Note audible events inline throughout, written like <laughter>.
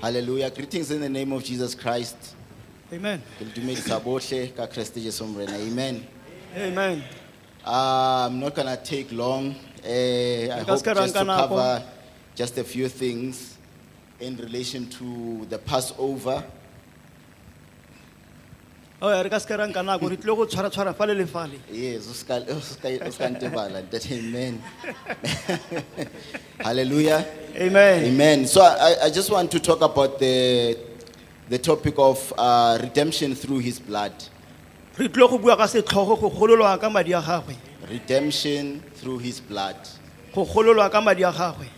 Hallelujah. Greetings in the name of Jesus Christ. Amen. Ke le dumedisa bohle ka Kreste Jesu Morena. Amen. Amen. Uh, I'm not going to take long. Eh, I Nka hope ska just to ranka nako. cover just a few things in relation to the Passover. Oh, re ka se ranka nako re tlile go tshwara tshwara fa le le fale. Yes, <laughs> uska- uska- uskantebala, that amen. <laughs> Hallelujah. Amen. Amen. So I, I just want to talk about the, the topic of uh, redemption through his blood. Re tlile go bua ka setlhogo go gololwa ka madi a gagwe. Redemption through his blood. Go gololwa ka madi a gagwe.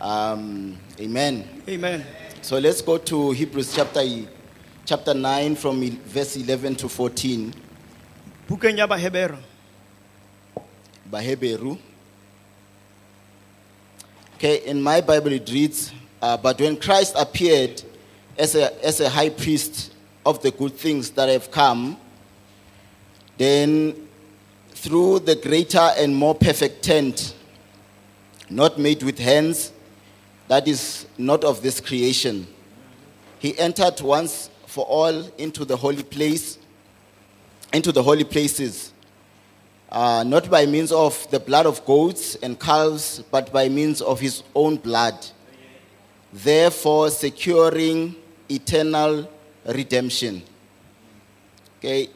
Um, amen. Amen. So let's go to Hebrews chapter, e, chapter 9 from el- verse 11 to 14. Bukeng ya Bahebero. Baheberu. Okay, in my Bible it reads, uh, But when Christ appeared as a, as a high priest of the good things that have come, then through the greater and more perfect tent, not made with hands, that is not of this creation, he entered once for all into the holy place, into the holy places uh, not by means of the blood of goats and calves, but by means of his own blood, therefore securing eternal redemption. Okay.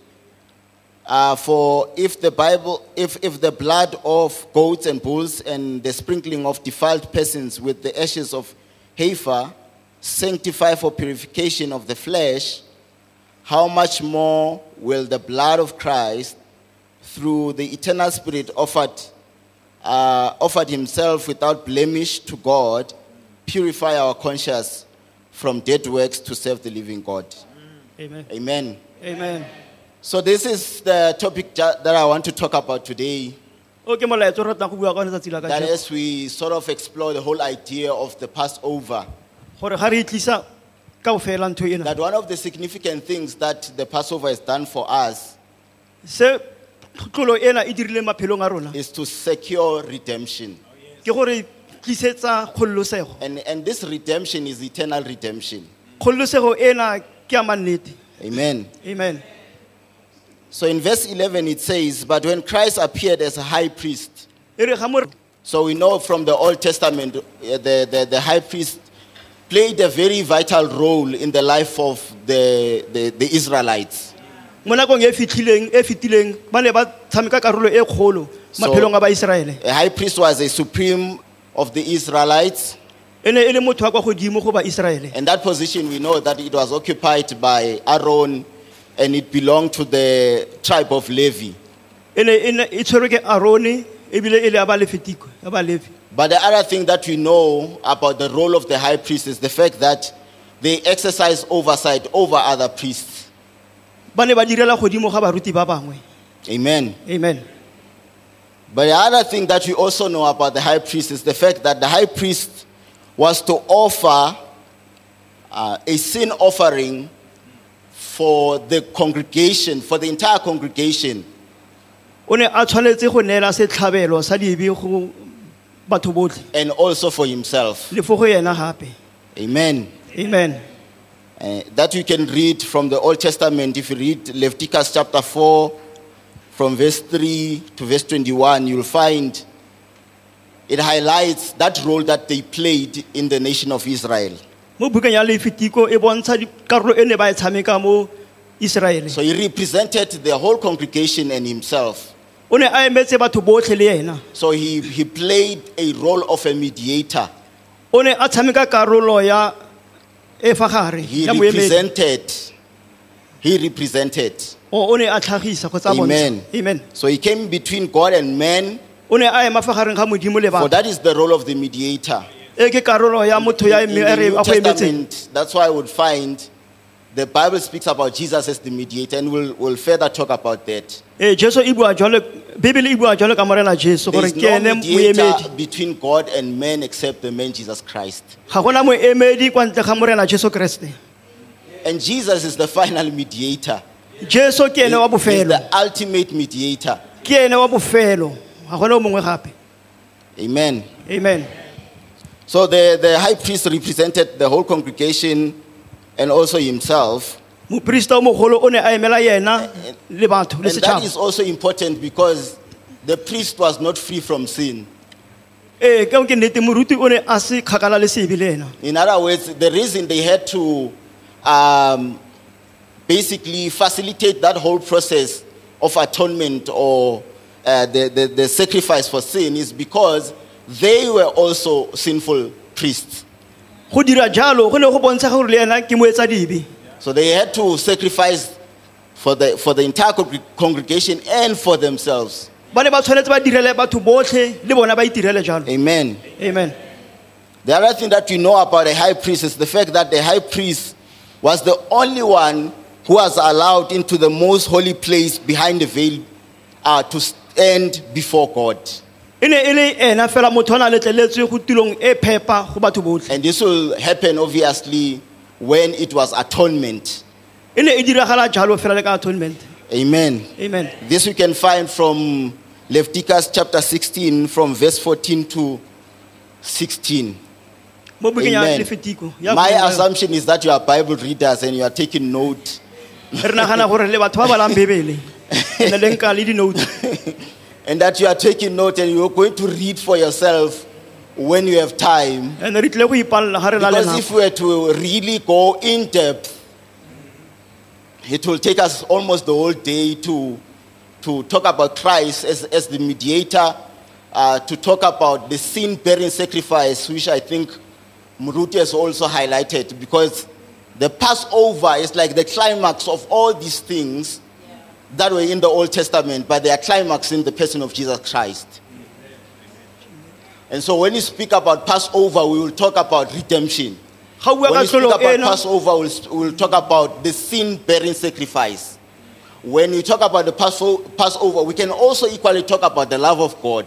Uh, for if the Bible, if, if the blood of goats and bulls and the sprinkling of defiled persons with the ashes of heifer sanctify for purification of the flesh, how much more will the blood of Christ, through the eternal Spirit, offered, uh, offered Himself without blemish to God, purify our conscience from dead works to serve the living God? Amen. Amen. Amen. So, this is the topic ja- that I want to talk about today. O ke molaetsa o re ratang go bua ka ona tsatsi la ka. That jeno. as we sort of explore the whole idea of the Passover, Gore ga re itlisa ka ofela ntho ena. that one of the significant things that the Passover has done for us Se tlolo ena e dirile maphelong a rona. is to secure redemption. Ke gore tlisetsa kgollosego. And, and this redemption is eternal redemption. Kgollosego ena ke ya mannete. Amen. Amen. So in verse 11 it says, But when Christ appeared as a high priest, E re ga mo so we know from the Old Testament, uh, the, the, the high priest played a very vital role in the life of the, the, the Israelites. mo nakong e fitlhileng e fetileng ba ne ba tshameka karolo e kgolo So- maphelong a baiseraele A high priest was a supreme of the Israelites, e ne e le motho wa kwa godimo go baiseraele and that position we know that it was occupied by Aaron and it belonged to the tribe of Levi. e ne e ne e tshwerwe ke arone ebile e le ya balefetiko ya balefi But the other thing that we know about the role of the high priest is the fact that they exercise oversight over other priests. ba ne ba direla godimo ga baruti ba bangwe Amen. amen But the other thing that we also know about the high priest is the fact that the high priest was to offer uh, a sin offering for the congregation, for the entire congregation. o ne a tshwanetse go neela setlhabelo sa dibe go batho botlhe And also for himself. le fo go yena gape Amen. amen Uh, that you can read from the Old Testament. If you read Leviticus chapter 4, from verse 3 to verse 21, you'll find it highlights that role that they played in the nation of Israel. mo bukeng ya lefetiko e bontsha di- karolo e ne ba e tshameka mo iseraele So he represented the whole congregation and himself. o ne a emetse batho botlhe le ena So he, he played a role of a mediator. o ne a tshameka karolo ya e fa gare He ya moemedi represented. He represented. o o ne a tlhagisa go tsa Amen. bontsha. amen So he came between God and man, o ne a ema fa gareng ga modimo le for batho that is the role of the mediator. e ke karolo ya motho ya In eme- the a re- New a go emetseng Testament, that's why I would find the Bible speaks about Jesus as the mediator, and we'll, we'll further talk about that. ee jesu e bua jalo bebele e bua jalo ka morena jesu There gore is ke no ene moemedi mediator between God and man except the man Jesus Christ. ga gona moemedi kwa ntle ga morena jesu kereste And Jesus is the final mediator. jesu ke ene wa He- he's bofelo the ultimate mediator. ke ene wa bofelo ga gona o mongwe gape Amen. amen So the, the high priest represented the whole congregation and also himself. moporista o mogolo o ne a emela yena le batho le And that is setšhaba also important because the priest was not free from sin. ee kao E, ke nnete moruti o ne a se kgakala le sebe le ena In other words, the reason they had to um, basically facilitate that whole process of atonement or uh, the, the, the sacrifice for sin is because they were also sinful priests. go dira jalo go ne go bontsha gore le ena ke moetsa dibe So they had to sacrifice for the, for the entire congre- congregation and for themselves. ba ne ba tshwanetse ba direle batho botlhe le bona ba itirele jalo Amen. amen The other thing that we know about a high priest is the fact that the high priest was the only one who was allowed into the most holy place behind the veil uh, to stand before God. e ne e le ena fela motho o ne a letleletswe go tulong e phepa go batho botlhe And this will happen obviously when it was atonement. e ne e diragala jalo fela le ka atonement Amen. amen This we can find from Leviticus chapter 16, from verse 14 to 16. mo bukeng ya Amen. lefetiko ya My Kudu. assumption is that you are Bible readers and you are taking note. re nagana gore le batho ba balang <laughs> bebele e ne le nka le dinoute and that you are taking note and you're going to read for yourself when you have time. and re tlile go ipalela ga re na le Because if nako we were to really go in depth, it will take us almost the whole day to, to talk about Christ as, as the mediator, uh, to talk about the sin bearing sacrifice, which I think Muruti has also highlighted, because the Passover is like the climax of all these things that were in the Old Testament, but they are climax in the person of Jesus Christ. And so when you speak about Passover, we will talk about redemption. ga o When bua ka we speak tlholo about eno Passover, we'll, we'll talk about the sin bearing sacrifice. When we talk about the Passo- Passover, we can also equally talk about the love of God.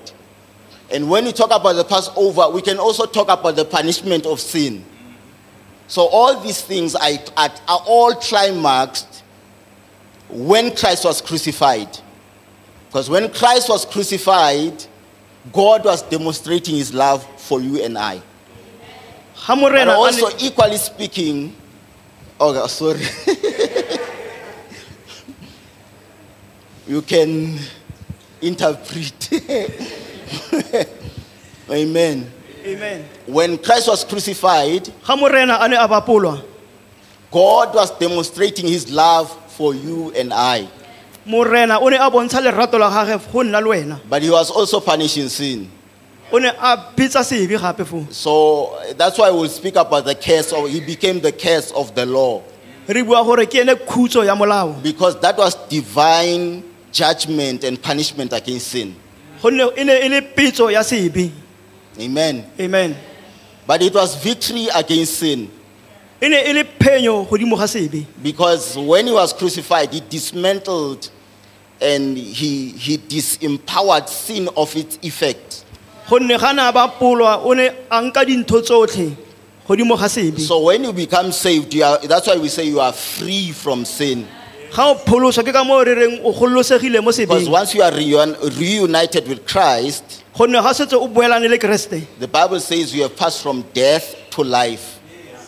And when we talk about the Passover, we can also talk about the punishment of sin. So all these things are, are, are all climaxed when Christ was crucified. Because when Christ was crucified, God was demonstrating his love for you and I. ga But morena a also, ne- equally speaking, oh, sorry. <laughs> you can interpret. <laughs> Amen. Amen. When Christ was crucified, ga morena a ne a bapolwa God was demonstrating his love for you and I. morena o ne a bontsha lerato la gage go nna le wena But he was also punishing sin. o ne a bitsa sebe gape foo So that's why we'll speak about the curse, or he became the curse of the law. re bua gore ke ene khutso ya molao Because that was divine judgment and punishment against sin. gonne e ne e le pitso ya sebe Amen. amen But it was victory against sin e ne e le phenyo godimo ga sebe because when he was crucified, he dismantled and he, he disempowered sin of its effect. gonne ga na bapolwa o ne a nka dintho tsotlhe godimo ga sebe So when you become saved, you are, that's why we say you are free from sin. ga o pholoswa ke ka moo re reng o gololosegile mo Because sebeng once you are reun- reunited with Christ, gonne ga setse o boelane le keresete the Bible says you have passed from death to life.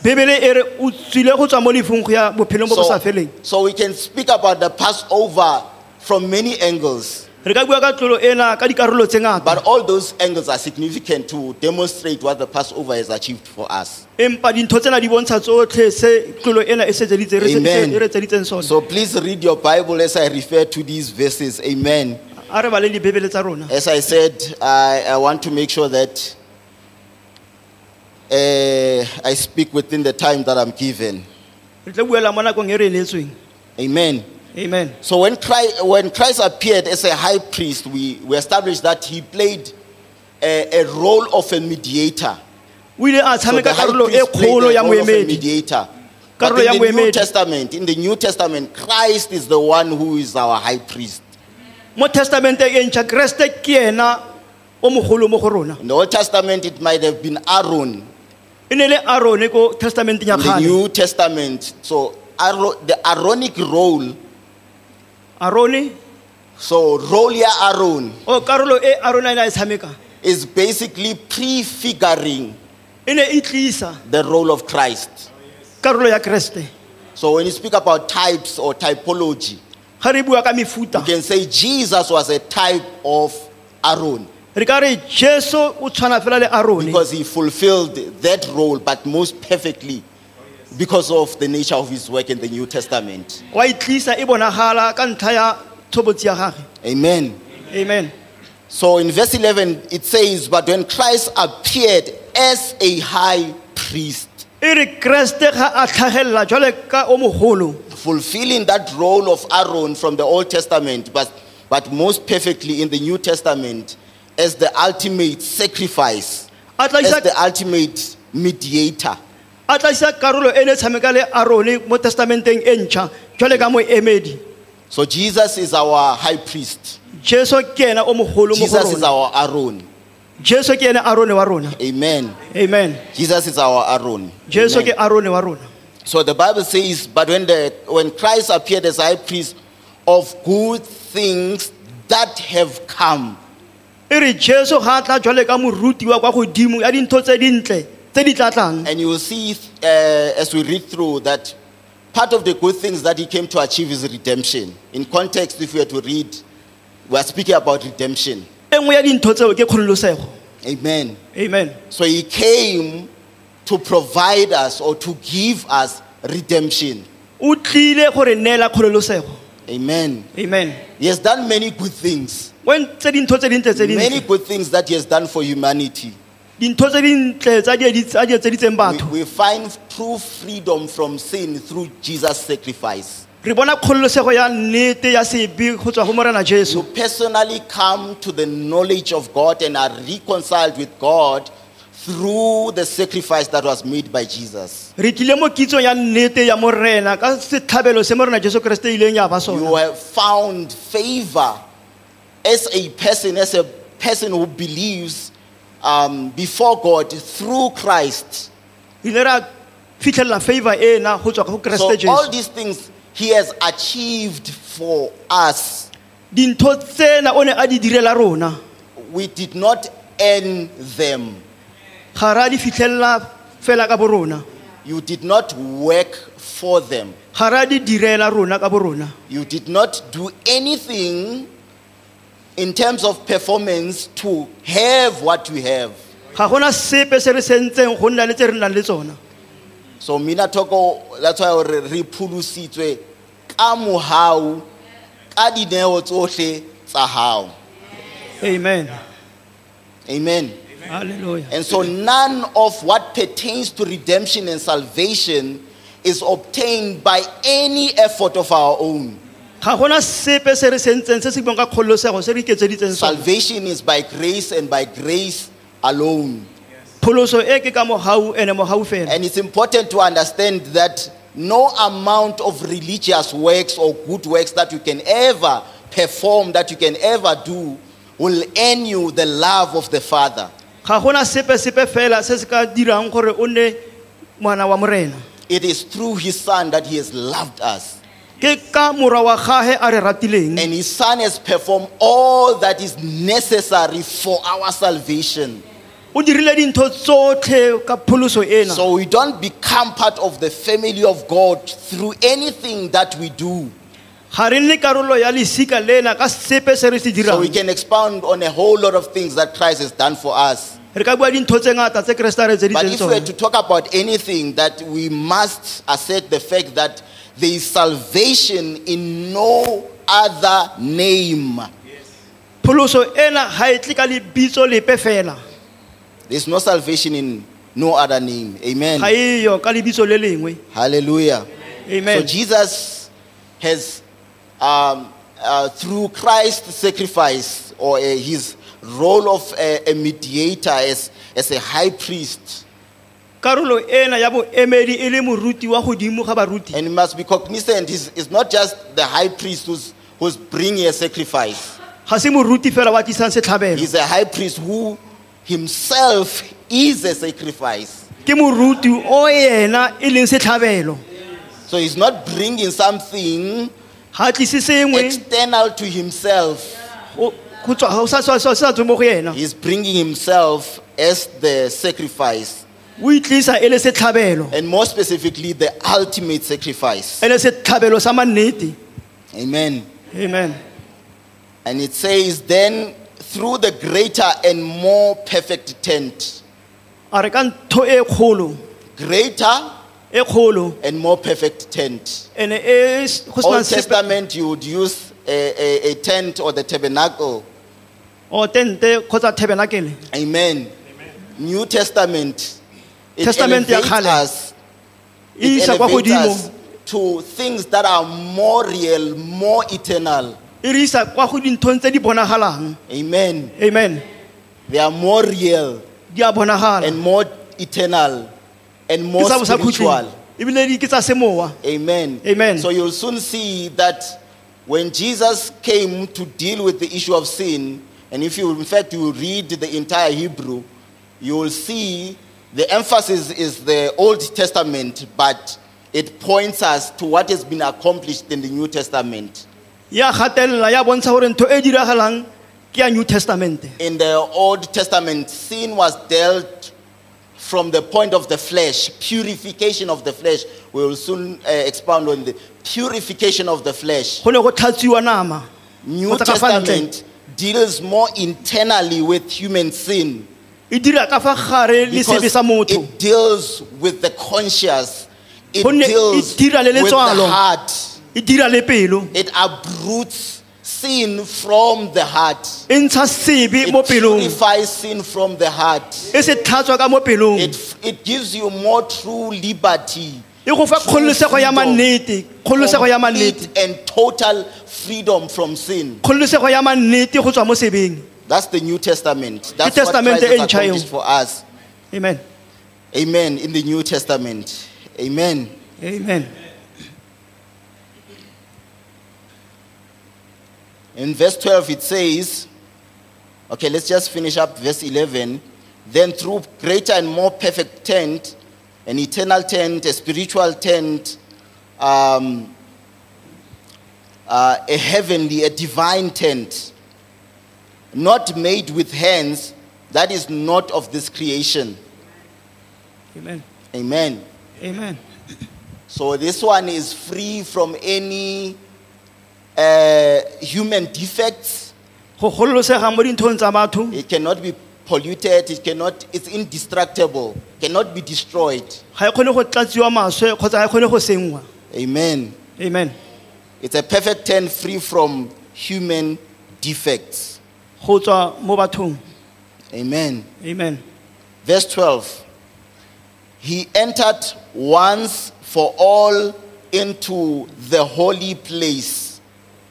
bebele e re o tswile go tswa mo lefung go ya bophelong bo bo sa feleng so we can speak about the Passover from many angles. re ka bua ka tlolo ena ka dikarolo tse ngata But all those angles are significant to demonstrate what the Passover has achieved for us. empa dintho tsena di bontsha tsotlhe se tlolo ena e setseditse re se- Amen. se- e re tseditseng sone So please read your Bible as I refer to these verses. Amen. a re baleng dibebele tsa rona As I said, I, I want to make sure that uh, I speak within the time that I'm given. re tle buela mo nakong e re e neetsweng Amen. amen So when Christ, when Christ appeared as a high priest, we, we established that he played a, a role of a mediator. o ile a So the tshameka high karolo e priest played kgolo the ya role of a moemedi mediator. Karolo But ya in the New moemedi. Testament, in the New Testament, Christ is the one who is our high priest. mo testamenteng e ntšha keresete ke ena o mogolo mo go rona In the Old Testament, it might have been Aaron. e ne le arone ko testamenteng ya In the kgale New Testament, so Aro- the Aaronic role, arone so role ya Aaron o karolo e arone a ne a e tshameka is basically prefiguring e ne e tlisa the role of Christ. karolo ya kereste So when you speak about types or typology, ga re bua ka you mefuta can say Jesus was a type of Aaron re ka re jesu o tshwana fela le arone because he fulfilled that role, but most perfectly because of the nature of his work in the New Testament. wa e tlisa e bonagala ka ntlha ya thobotsi ya gage Amen. amen So in verse 11, it says, But when Christ appeared as a high priest, e re kreste ga a tlhagelela jwale ka o mogolo fulfilling that role of Aaron from the Old Testament, but, but most perfectly in the New Testament as the ultimate sacrifice, a as tlaisa- the ultimate mediator. a tlaisa karolo e ne e tshameka le arone mo testamenteng e ntšha jwale ka moemedi So Jesus is our high priest. jesu ke ena o mogolo mo go Jesus is rona our Aaron. jesu ke ene arone wa rona Amen. amen Jesus is our Aaron. jesu Amen. ke arone wa rona So the Bible says, but when, the, when Christ appeared as high priest of good things that have come, e re jesu ga a tla jwale ka moruti wa kwa godimo ya dintho tse dintle tse di tlatlang And you will see uh, as we read through that part of the good things that he came to achieve is redemption. In context, if we are to read, we are speaking about redemption. e nngwe ya dintho tseo ke kgololosego Amen. amen So he came to provide us or to give us redemption. o tlile gore neela kgololosego Amen. amen He has done many good things, o entse dintho tse dintle tse many dintle good things that he has done for humanity. dintho tse dintle tsa di- tsa di etseditseng We, batho we find true freedom from sin through Jesus' sacrifice. re bona kgololosego ya nnete ya sebe go tswa go morena to jesu personally come to the knowledge of God and are reconciled with God through the sacrifice that was made by Jesus. re tlile mo kitsong ya nnete ya morena ka setlhabelo se morena jesu kereste e ileng ya ba You sona have found favor as a person, as a person who believes um, before God through Christ. ile ra fitlhelela favor ena go tswa go So kereste all jesu these things He has achieved for us. dintho tsena o ne a di direla rona We did not earn them. ga re a di fitlhelela fela ka borona You did not work for them. ga re a di direla rona ka borona You did not do anything in terms of performance to have what you have. ga gona sepe se re sentseng go nna le tse re nang le tsona So mina toko that's why re re phulusitswe ka mohau ka dineo tsohle tsa hao. amen Amen. hallelujah And so none of what pertains to redemption and salvation is obtained by any effort of our own. ga gona sepe se re sentseng se se buang ka kgololosego se re iketseditseng sona Salvation is by grace and by grace alone. pholoso e ke ka mogau ene mogau fela And it's important to understand that no amount of religious works or good works that you can ever perform, that you can ever do, will earn you the love of the Father. ga gona sepe sepe fela se se ka dirang gore o nne ngwana wa morena It is through His Son that He has loved us. ke ka mora wa gage a re ratileng And His Son has performed all that is necessary for our salvation. o dirile dintho tsotlhe ka pholoso ena So we don't become part of the family of God through anything that we do. ga re nne karolo ya lesika lena ka sepe se re se So dirang we can expound on a whole lot of things that Christ has done for us. re ka bua dintho tse ngata tse keresete a re But if etseditseng we were tsone to talk about anything, that we must assert the fact that there is salvation in no other name. pholoso ena ga e tle ka lebitso lepe fela There's no salvation in no other name. Amen. ga eyo ka lebitso le lengwe Hallelujah. So amen Jesus has, um, uh, through Christ's sacrifice or uh, his role of uh, a mediator as, as a high priest, karolo ena ya boemedi e le moruti wa godimo ga baruti and we must be cognizant, it's, it's not just the high priest who's, who's bringing a sacrifice. ga se moruti fela wa tlisang setlhabelo He's a high priest who himself is a sacrifice. ke moruti o ena e leng setlhabelo So he's not bringing something ga tlise sengwe external to himself. o- go tswa- go sa- sa- sa- se sa tswe mo go ena He's bringing himself as the sacrifice. o itlisa e le setlhabelo and more specifically, the ultimate sacrifice. e le setlhabelo sa mannete Amen. amen And it says, then through the greater and more perfect tent, a re ka ntho e kgolo greater e kgolo and more perfect tent. and e s- go Old senang sepe Testament, you would use a, a, a tent or the tabernacle. or tente kgotsa tabenakele Amen. New Testament, it Testament ya elevates kgale. us, e it isa kwa elevates us godimo to things that are more real, more eternal. e re isa kwa go dinthong tse di bonagalang Amen. amen They are more real di a bonagala and more eternal and ke more tsa spiritual. bosakhutling ebile di- ke tsa semowa Amen. Amen. So you'll soon see that when Jesus came to deal with the issue of sin, and if you, in fact, you read the entire Hebrew, you will see the emphasis is the Old Testament, but it points us to what has been accomplished in the New Testament. ya gatelela ya bontsha gore ntho e diragalang ke ya new testamente In the Old Testament, sin was dealt from the point of the flesh, purification of the flesh. We will soon uh, expound on the purification of the flesh. go ne go tlhatswiwa nama New Kgotsa ka fa ntle. Testament deals more internally with human sin e dira ka fa gare le because sebe sa motho it deals with the conscious. It Gonne e deals with dira le the letswalo. heart. e dira le pelo It uproots sin from the heart. e ntsha sebe It mo pelong purifies sin from the heart. e se tlhatswa ka mo pelong It, it gives you more true liberty. e go fa kgololosego ya mannete kgololosego ya mannete complete and total freedom from sin. kgololosego ya mannete go tswa mo sebeng That's the New Testament. That's what Testament Christ e has ntjha eo. accomplished for us. amen Amen. In the New Testament. Amen. amen In verse 12, it says, okay, let's just finish up verse 11. Then through greater and more perfect tent, an eternal tent, a spiritual tent, um, uh, a heavenly, a divine tent, not made with hands, that is not of this creation. amen Amen. amen So this one is free from any uh, human defects. go gololosega mo dinthong tsa batho It cannot be polluted. It cannot. It's indestructible. Cannot be destroyed. ga e kgone go tlatsiwa maswe kgotsa ga e kgone go sengwa Amen. amen It's a perfect tent free from human defects. go tswa mo bathong Amen. amen Verse 12. He entered once for all into the holy place.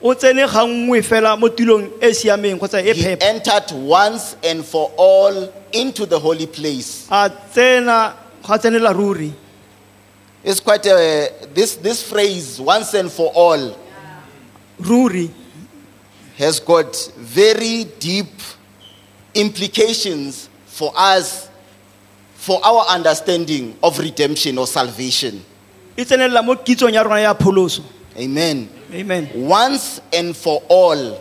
o tsene ga nngwe fela mo tulong e e siameng kgotsa He e phepa entered once and for all into the holy place. a tsena ga tsenela ruri It's quite a, this, this phrase, once and for all, ruri has got very deep implications for us, for our understanding of redemption or salvation. e tsenelela mo kitsong ya rona ya pholoso Amen. amen Once and for all.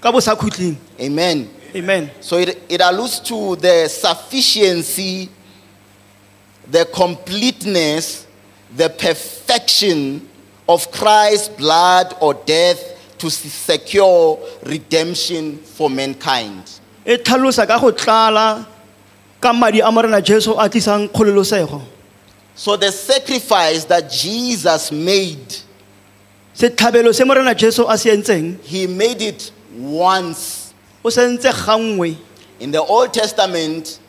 ka bosakhutleng Amen. amen So it, it alludes to the sufficiency, the completeness, the perfection of Christ's blood or death to se- secure redemption for mankind. e tlhalosa ka go tlala ka madi a morena jesu a tlisang kgololosego So the sacrifice that Jesus made, setlhabelo se morena jesu a se entseng he made it once. o se ntse ga nngwe In the Old Testament,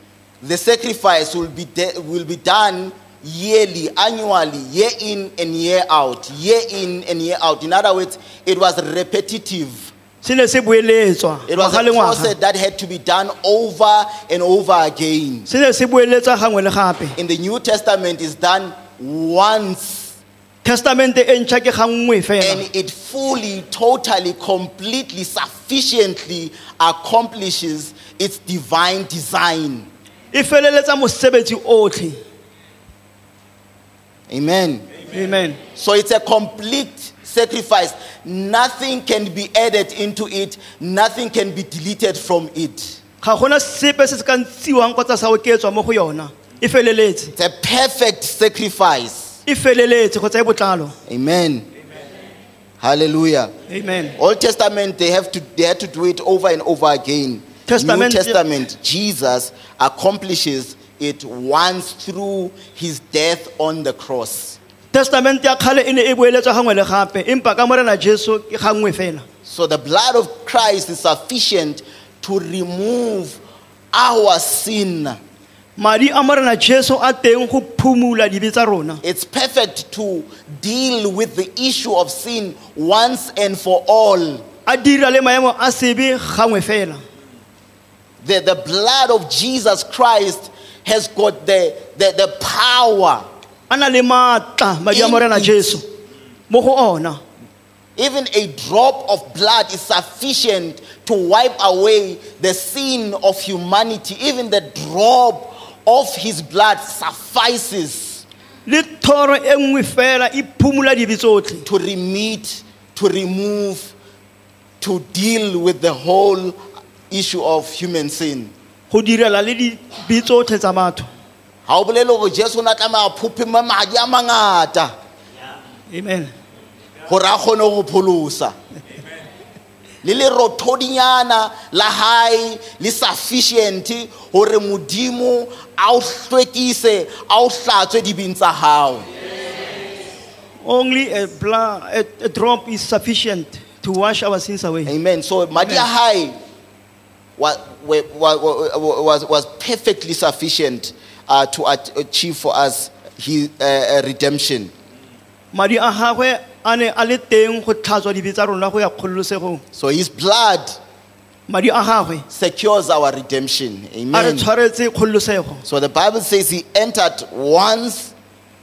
the sacrifice will be, de- will be done yearly, annually, year in and year out, year in and year out. In other words, it was repetitive. se ne se boeletswa It was ngwaga le a process ngwaga that had to be done over and over again. se ne se boeletswa gangwe le gape In the New Testament, it's done once testamente e ntšha ke ga nngwe fela and it fully, totally, completely, sufficiently accomplishes its divine design. e feleletsa mosebetsi otlhe Amen. amen So it's a complete sacrifice. Nothing can be added into it, nothing can be deleted from it. ga gona sepe se se ka ntshiwang kgotsa sa oketswa mo go yona e feleletse It's a perfect sacrifice. e feleletse go tsaya botlalo Amen. Hallelujah. amen Old Testament, they have to they had to do it over and over again. Testament- New Testament, Jesus accomplishes it once through his death on the cross. testamente ya kgale e ne e boeletswa gangwe le gape empa ka morena jesu ke gangwe fela So the blood of Christ is sufficient to remove our sin. madi a morena jesu a teng go phumula dibe tsa rona It's perfect to deal with the issue of sin once and for all. a dira le maemo a sebe gangwe fela The, the blood of Jesus Christ has got the, the, the power. a na le maatla madi a morena jesu mo go ona Even a drop of blood is sufficient to wipe away the sin of humanity. Even the drop of his blood suffices le thoro e nngwe fela e phumula dibe tsotlhe to remit, to remove, to deal with the whole issue of human sin. go direla le dibe tsotlhe tsa batho Ha o bolele hore Jesu o ne a tlameha a phupheme madi a mangata amen hore a kgone ho pholosa. le lerothodinyana la hae le sufficient hore modimo a o hlwekise a o hlatswe dibeng tsa hao only a, bla, a, a drop is sufficient to wash our sins away amen so madi a hae wa- we- wa- wa- wa- was, was perfectly sufficient uh, to at- achieve for us his, uh, uh, redemption madi a gagwe a ne a le teng go tlhatswa dibe tsa rona go ya kgololosegong so his blood madi a gagwe secures our redemption a re amen tshwaretse kgololosego So the Bible says he entered once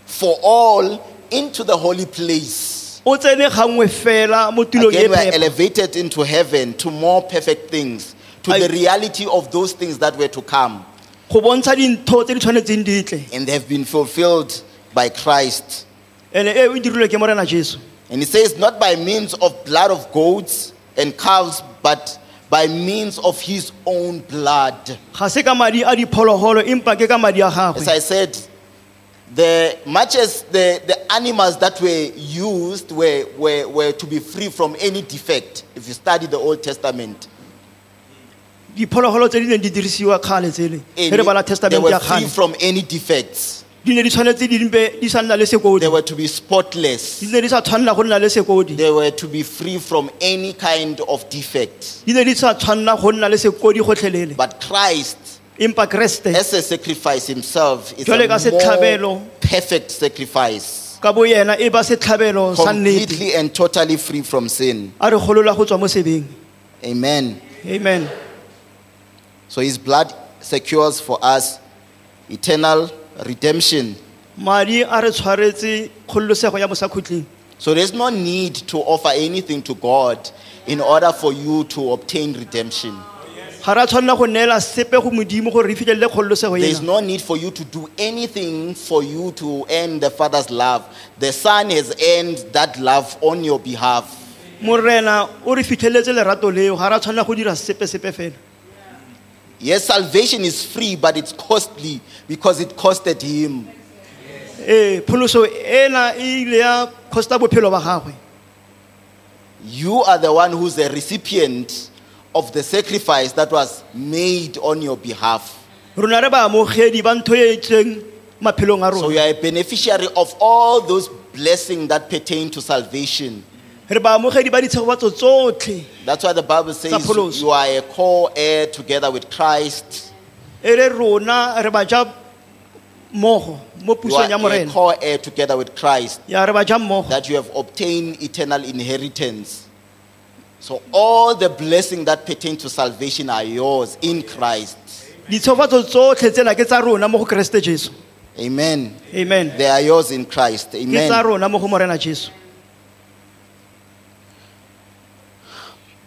for all into the holy place. o tsene gangwe fela mo tulong e Again, we are phepa elevated into heaven to more perfect things, to I- the reality of those things that were to come. go bontsha dintho tse di tshwanetseng ditle And they have been fulfilled by Christ. ene e e dirilwe ke morena jesu And he says, not by means of blood of goats and calves, but by means of his own blood. ga se ka madi a diphologolo empa ke ka madi a As gagwe I said, the, much as the, the animals that were used were, were, were to be free from any defect, if you study the Old Testament, diphologolo tse di neng di dirisiwa kgale tsele any- e re bala they testamente were ya free kgale from any defects. di ne di tshwanetse di mpe di sa nna le They sekodi were to be spotless. di ne di sa tshwanela go nna le sekodi They were to be free from any kind of defect. di ne di sa tshwanela go nna le sekodi gotlhelele But Christ, empa kreste as a sacrifice himself, is Jwale ka a more setlhabelo. perfect sacrifice, ka bo yena e ba setlhabelo sa nnete completely and totally free from sin. a re golola go tswa mo sebeng Amen. amen So his blood secures for us eternal redemption. madi a re tshwaretse kgololosego ya mosakhutleng So there's no need to offer anything to God in order for you to obtain redemption. ga re a tshwanela go neela sepe go modimo gore re fitlhelele kgololosego There's ena no need for you to do anything for you to earn the Father's love. The Son has earned that love on your behalf. morena o re fitlheletse lerato leo ga re a tshwanela go dira sepe-sepe fela Yes, salvation is free, but it's costly because it costed Him. ee pholoso ena e ile ya costa bophelo ba gagwe You are the one who's the recipient of the sacrifice that was made on your behalf. rona re baamogedi ba ntho e e tsweng maphelong a So rona you are a beneficiary of all those blessings that pertain to salvation. re baamogedi ba ditshegobatso tsotlhe That's why the Bible Sapoloso. says you are a co-heir together with Christ. e re rona re ba ja mmogo mo You pusong are ya a morena co-heir together with Christ. ya re ba ja mmogo That you have obtained eternal inheritance. So all the blessings that pertain to salvation are yours in Christ. ditshegofatso tsotlhe tsena ke tsa rona mo go keresete jesu Amen. amen They are yours in Christ. ke tsa Amen. rona mo go morena jesu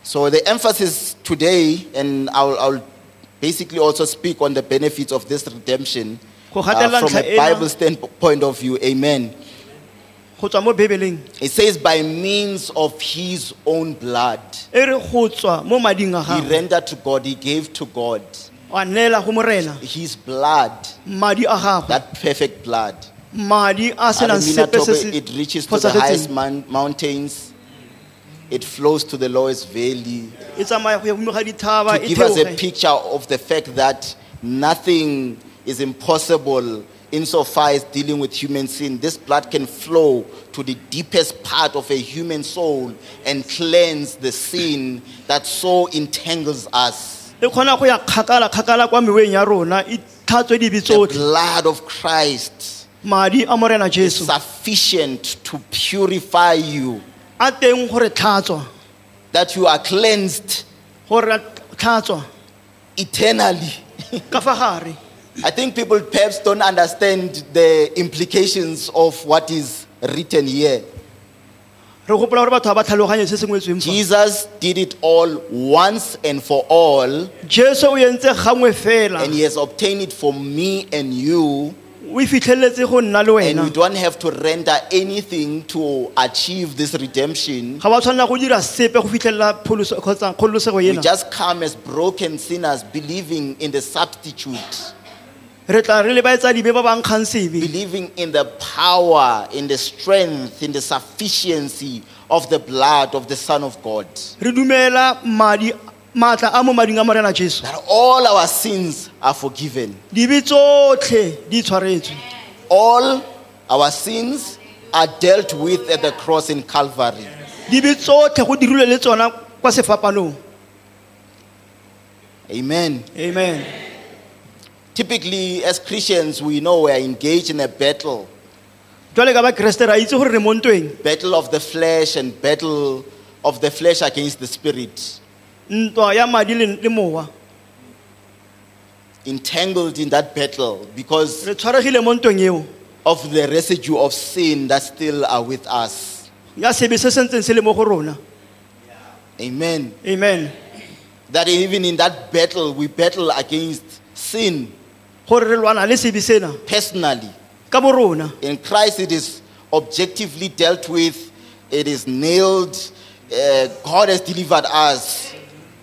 So the emphasis today, and I'll, I'll basically also speak on the benefits of this redemption uh, Go gatella from ntlha a ena. Bible standpoint of view. Amen. go tswa mo bebeleng It says, by means of his own blood, e re go tswa mo mading a he gago rendered to God, he gave to God. a neela go morena his blood, madi a gagwe that perfect blood. madi a senang Alumina sepe se Tobe, se it reaches to the highest fosagetseng moun- mountains, it flows to the lowest valley. e tsamaya go ya godimo ga dithaba To e give us a theoge picture of the fact that nothing is impossible insofar as dealing with human sin. This blood can flow to the deepest part of a human soul and cleanse the sin that so entangles us. e kgona go ya kgakala-kgakala kwa meweng ya rona e tlhatswe dibe The tsotlhe blood of Christ. madi a morena jesu sufficient to purify you, a teng gore tlhatswa that you are cleansed gore tlhatswa eternally. ka fa gare I think people perhaps don't understand the implications of what is written here. re gopola gore batho ga ba tlhaloganye se sengwetsweng fa Jesus did it all once and for all, jesu o entse gangwe fela and He has obtained it for me and you. o e fitlheletse go nna le And we wena don't have to render anything to achieve this redemption. ga ba tshwanela go dira sepe go fitlhelela pholoso- kgotsa kgololosego We ena just come as broken sinners, believing in the substitute. re tla re le baetsadi be ba ba nkgang sebe believing in the power, in the strength, in the sufficiency of the blood of the Son of God. re dumela madi maatla a mo mading a morena jesu That all our sins are forgiven. dibe tsotlhe di tshwaretswe All our sins are dealt with at the cross in Calvary. dibe tsotlhe go dirilwe le tsona kwa sefapanong Amen. amen Typically, as Christians, we know we are engaged in a battle jwale ka bakeresete re a itse gore re mo ntweng battle of the flesh and battle of the flesh against the spirit. ntwa ya madi le le mowa Entangled in that battle because re tshwaregile mo ntweng eo of the residue of sin that still are with us. ya sebe se se ntseng se le mo go rona Amen. amen That even in that battle, we battle against sin gore re lwana le sebe sena personally. ka bo rona In Christ, it is objectively dealt with, it is nailed. Uh, God has delivered us.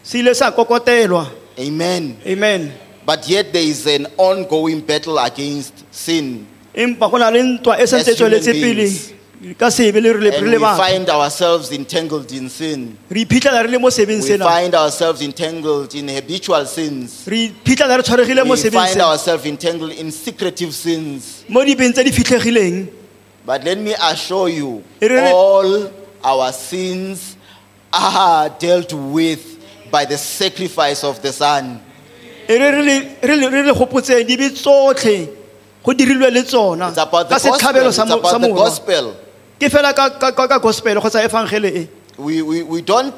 se ile sa kokotelwa Amen. amen But yet, there is an ongoing battle against sin. empa go na le ntwa e sentse e As human tsweletse pele ka sebe le re le- And re we le batho find ourselves entangled in sin. re iphitlhela re le mo We sebeng sena find ourselves entangled in habitual sins. re iphitlhela re tshwaregile mo We sebeng find sena ourselves entangled in secretive sins. mo dibeng tse di fitlhegileng But let me assure you, It really- all our sins are dealt with by the sacrifice of the Son. e re re le- re le- re le gopotseng dibe tsotlhe go dirilwe le tsona It's about the ka gospel. setlhabelo It's sa mo- sa about the morwa gospel. ke fela ka- ka ka- ka gospel kgotsa evangele e We, we, we don't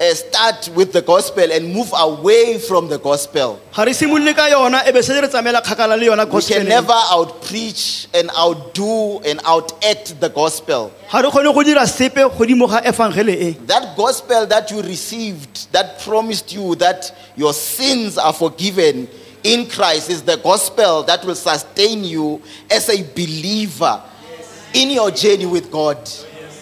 uh, start with the gospel and move away from the gospel. ga re simolole ka yona e be se re tsamaela kgakala le yona We can gospel never out preach and outdo and outact the gospel. ga re kgone go dira sepe godimo ga evangele e That gospel that you received, that promised you that your sins are forgiven in Christ, is the gospel that will sustain you as a believer in your journey with God.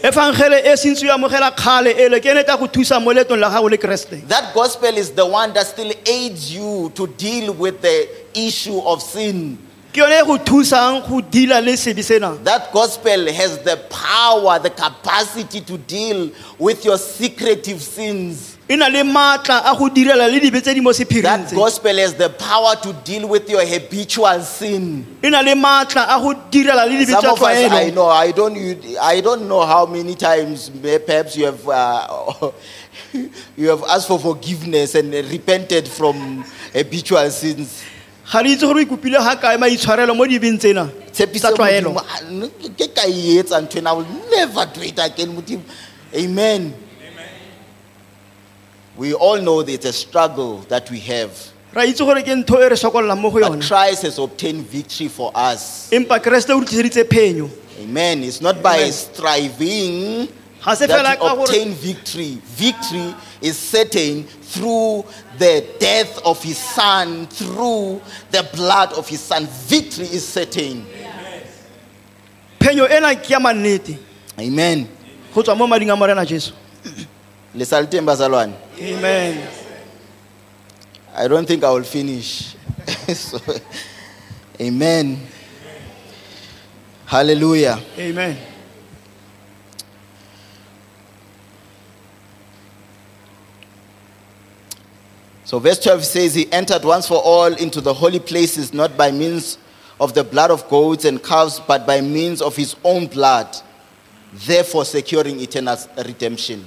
evangele e sentse o amogela kgale ele ke ene e tla go thusa mo letong la gago le keresete That gospel is the one that still aids you to deal with the issue of sin. ke yone e go thusang go dila le sebe sena That gospel has the power, the capacity to deal with your secretive sins. e na le maatla a go direla le dibe tse di mo sephiring That tse gospel has the power to deal with your habitual sin. e na le maatla a go direla le dibe Some tsa of us, I tlwaelo know, I don't, you, I don't know how many times may- perhaps you have, uh, <laughs> you have asked for forgiveness and repented from habitual sins. ga re itse gore o ikopile ga kae maitshwarelo mo dibeng tsena Tshepiso tsa tlwaelo Modimo, "Ah, no, ke ka e etsa nthwena, I will never do it again. Modimo." Amen. We all know that it's a struggle that we have. ra itse gore ke ntho e re sokololang mo go But yona Christ has obtained victory for us. empa keresete o re tliseditse phenyo Amen. It's not by Amen. striving ga se fela that you ka gore obtain victory. Victory is certain through the death of his son, through the blood of his son. Victory is certain. phenyo ena ke ya mannete Amen. go tswa mo mading a morena jesu Le saluteng bazalwane. amen Uh, I don't think I will finish. <laughs> So, amen. Hallelujah. amen So, verse 12 says, He entered once for all into the holy places, not by means of the blood of goats and calves, but by means of His own blood, therefore securing eternal redemption.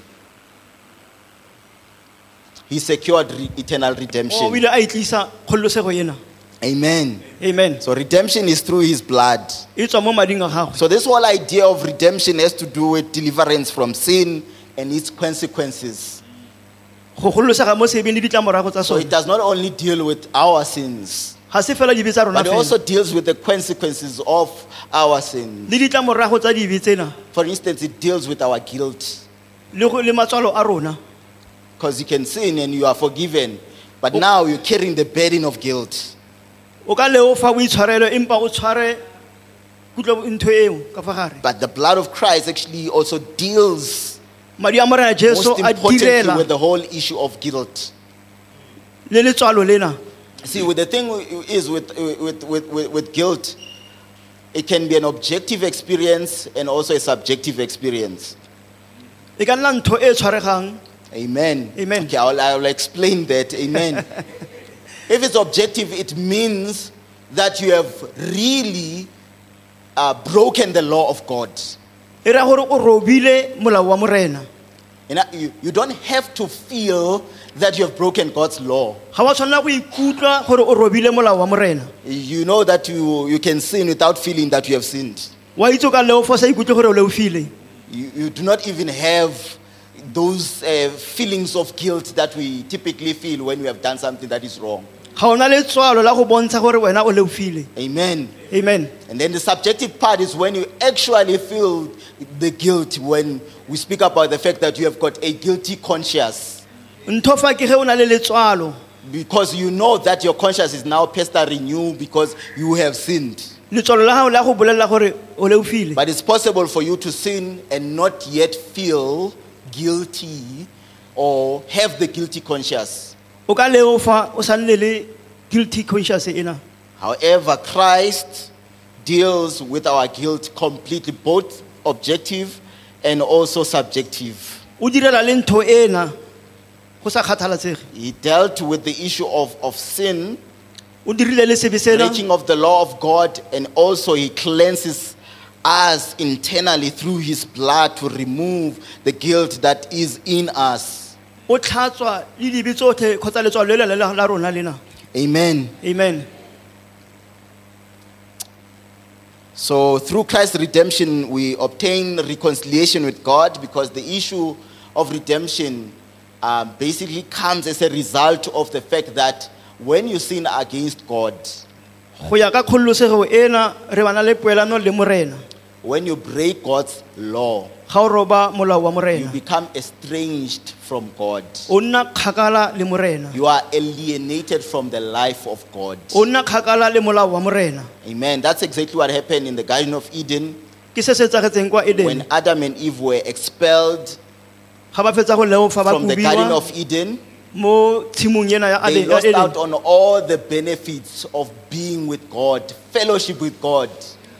He secured re- eternal o redemption. ile a itlisa kgololosego ena Amen. amen So, redemption is through His blood. e tswa mo mading a gagwe So, this whole idea of redemption has to do with deliverance from sin and its consequences. go gololosega mo sebeng le ditlamorago tsa So, it sone does not only deal with our sins. ga se fela dibe tsa rona But it also fela deals with the consequences of our sin. le ditlamorago tsa dibe tsena For instance, it deals with our guilt. le go- le matswalo a rona Because you can sin and you are forgiven. But now you're carrying the burden of guilt. o ka leo fa o itshwarelo empa o tshware kutlwa ntho eo ka fa gare But the blood of Christ actually also deals madi a morena most jesu a importantly direla with the whole issue of guilt. le letswalo lena See, with the thing is with, with, with, with, with guilt, it can be an objective experience and also a subjective experience. e ka nna ntho e tshwaregang Amen. Amen. Okay, I'll, I'll explain that. Amen. if it's objective, it means that you have really uh, broken the law of God. e raya gore o robile molao wa morena And uh, you, you don't have to feel that you have broken God's law. ga wa tshwanela go ikutlwa gore o robile molao wa morena You know that you, you can sin without feeling that you have sinned. wa itse o ka leo fa o sa ikutlwe gore o leofile You, you do not even have those uh, feelings of guilt that we typically feel when we have done something that is wrong. ga o na letswalo la go bontsha gore wena o leofile Amen. amen And then the subjective part is when you actually feel the guilt when we speak about the fact that you have got a guilty conscience ntho fa ke ge o na le letswalo because you know that your conscience is now pestering you because you have sinned. letswalo la gago la go bolelela gore o leofile But it's possible for you to sin and not yet feel guilty or have the guilty conscience. o ka leo fa o sa nne le guilty conscious ena However, Christ deals with our guilt completely, both objective and also subjective. o direla le ntho ena go sa kgathalatsege He dealt with the issue of, of sin, o dirile le sebe sena breaching of the law of God, and also he cleanses us internally through his blood to remove the guilt that is in us. o tlhatswa le dibe tsotlhe kgotsa letswalo le la la rona lena Amen. amen So through Christ's redemption, we obtain reconciliation with God because the issue of redemption uh, basically comes as a result of the fact that when you sin against God, go ya ka kgololosego ena re bana le poelano le morena when you break God's law, ga o roba molao wa You morena become estranged from God. o nna kgakala le morena You are alienated from the life of God. o nna kgakala le molao wa morena Amen. That's exactly what happened in the Garden of Eden ke se se tsagetseng kwa when eden Adam and Eve were expelled ga ba fetsa go leofa ba from the Garden kobiwa of Eden. mo tshimong ena ya They Aden- lost ya out eden on all the benefits of being with God, fellowship with God.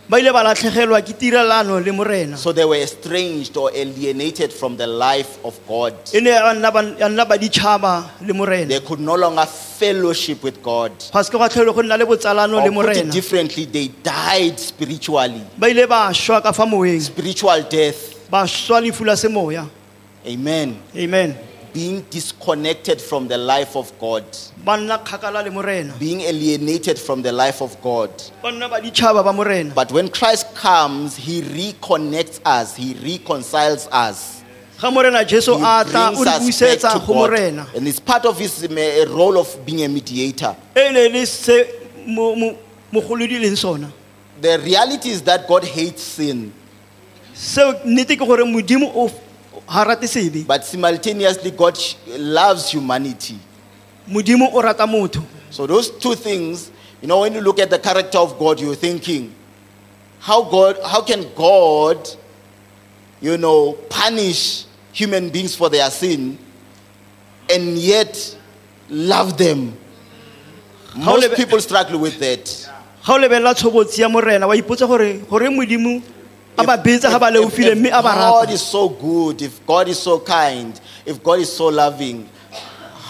ba ile ba latlhegelwa ke tirelano le morena So they were estranged or alienated from the life of God. e ne ya nna ba- ya nna baditšhaba le morena They could no longer fellowship with God. ga se ke gwa tlhele go nna le botsalano le Or put it morena differently, they died spiritually. ba ile ba šwa ka fa moeng Spiritual death. ba šwa lefu la semoya Amen. amen Being disconnected from the life of God, ba nna kgakala le morena being alienated from the life of God. ba nna baditšhaba ba morena But when Christ comes, He reconnects us, He reconciles us. ga morena jesu He a tla o brings di us back busetsa to go God. morena And it's part of His um, uh, role of being a mediator. e ne le se mo- mo- mogolodi e leng sona The reality is that God hates sin, seo nnete ke gore modimo o ga rate sebe but simultaneously, God sh- loves humanity. modimo o rata motho So, those two things, you know, when you look at the character of God, you're thinking, how, God, how can God, you know, punish human beings for their sin and yet love them? o Most lebe- people struggle with that. ga o lebelela tshobotsi ya morena wa ipotsa gore gore modimo a ba betsa ga ba leofile mme a ba God rata is so good, if God is so kind, if God is so loving,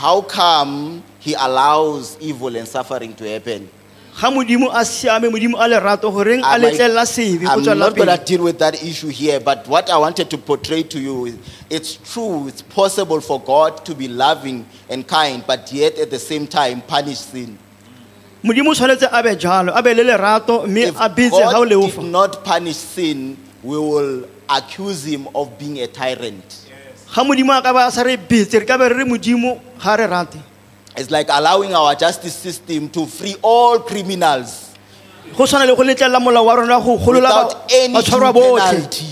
how come He allows evil and suffering to happen? ga modimo a siame modimo a lerato goreng a Am I- letlelela sebe go I'm tswelela not going pele to deal with that issue here, but what I wanted to portray to you is it's true, it's possible for God to be loving and kind, but yet at the same time punish sin. modimo o tshwanetse a be jalo a be le lerato mme If a betse ga o God did leofa not punish sin, we will accuse Him of being a tyrant. ga modimo a ka ba a sa re betse re ka be re re modimo ga re rate It's like allowing our justice system to free all criminals go tshwana le go letlelela molao wa rona go golola without any batshwarwa due botlhe penalty,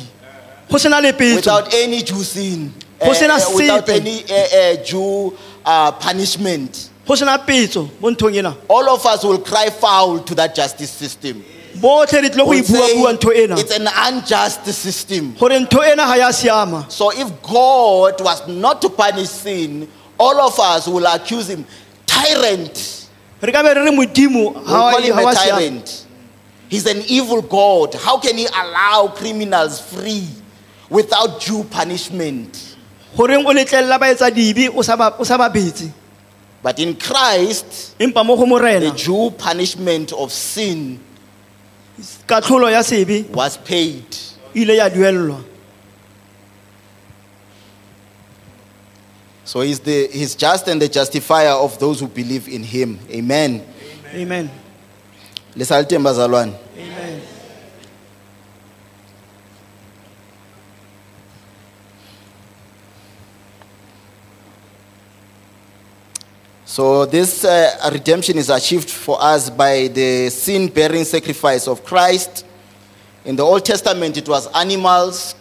go sena le petso without any due sin, Go sena eh, without sepe. any uh, uh, due uh, punishment. go sena petso mo nthong ena All of us will cry foul to that justice system. botlhe re tlile go We'll say ibuabua ntho ena it's an unjust system. gore ntho ena ga ya siama So if God was not to punish sin, all of us will accuse him tyrant. re ka be re re modimo ga We'll call him wa- a ga wa siama tyrant. He's an evil God. How can he allow criminals free without due punishment? goreng o letlelela ba etsa dibe o sa ba- o sa ba betse But in Christ, empa mo go the morena due punishment of sin katlholo ya sebe was paid. e ile ya duelelwa So he's, the, he's just and the justifier of those who believe in him. Amen. amen Lisaleteni bazalwane. amen So this uh, redemption is achieved for us by the sin-bearing sacrifice of Christ. In the Old Testament, it was animals,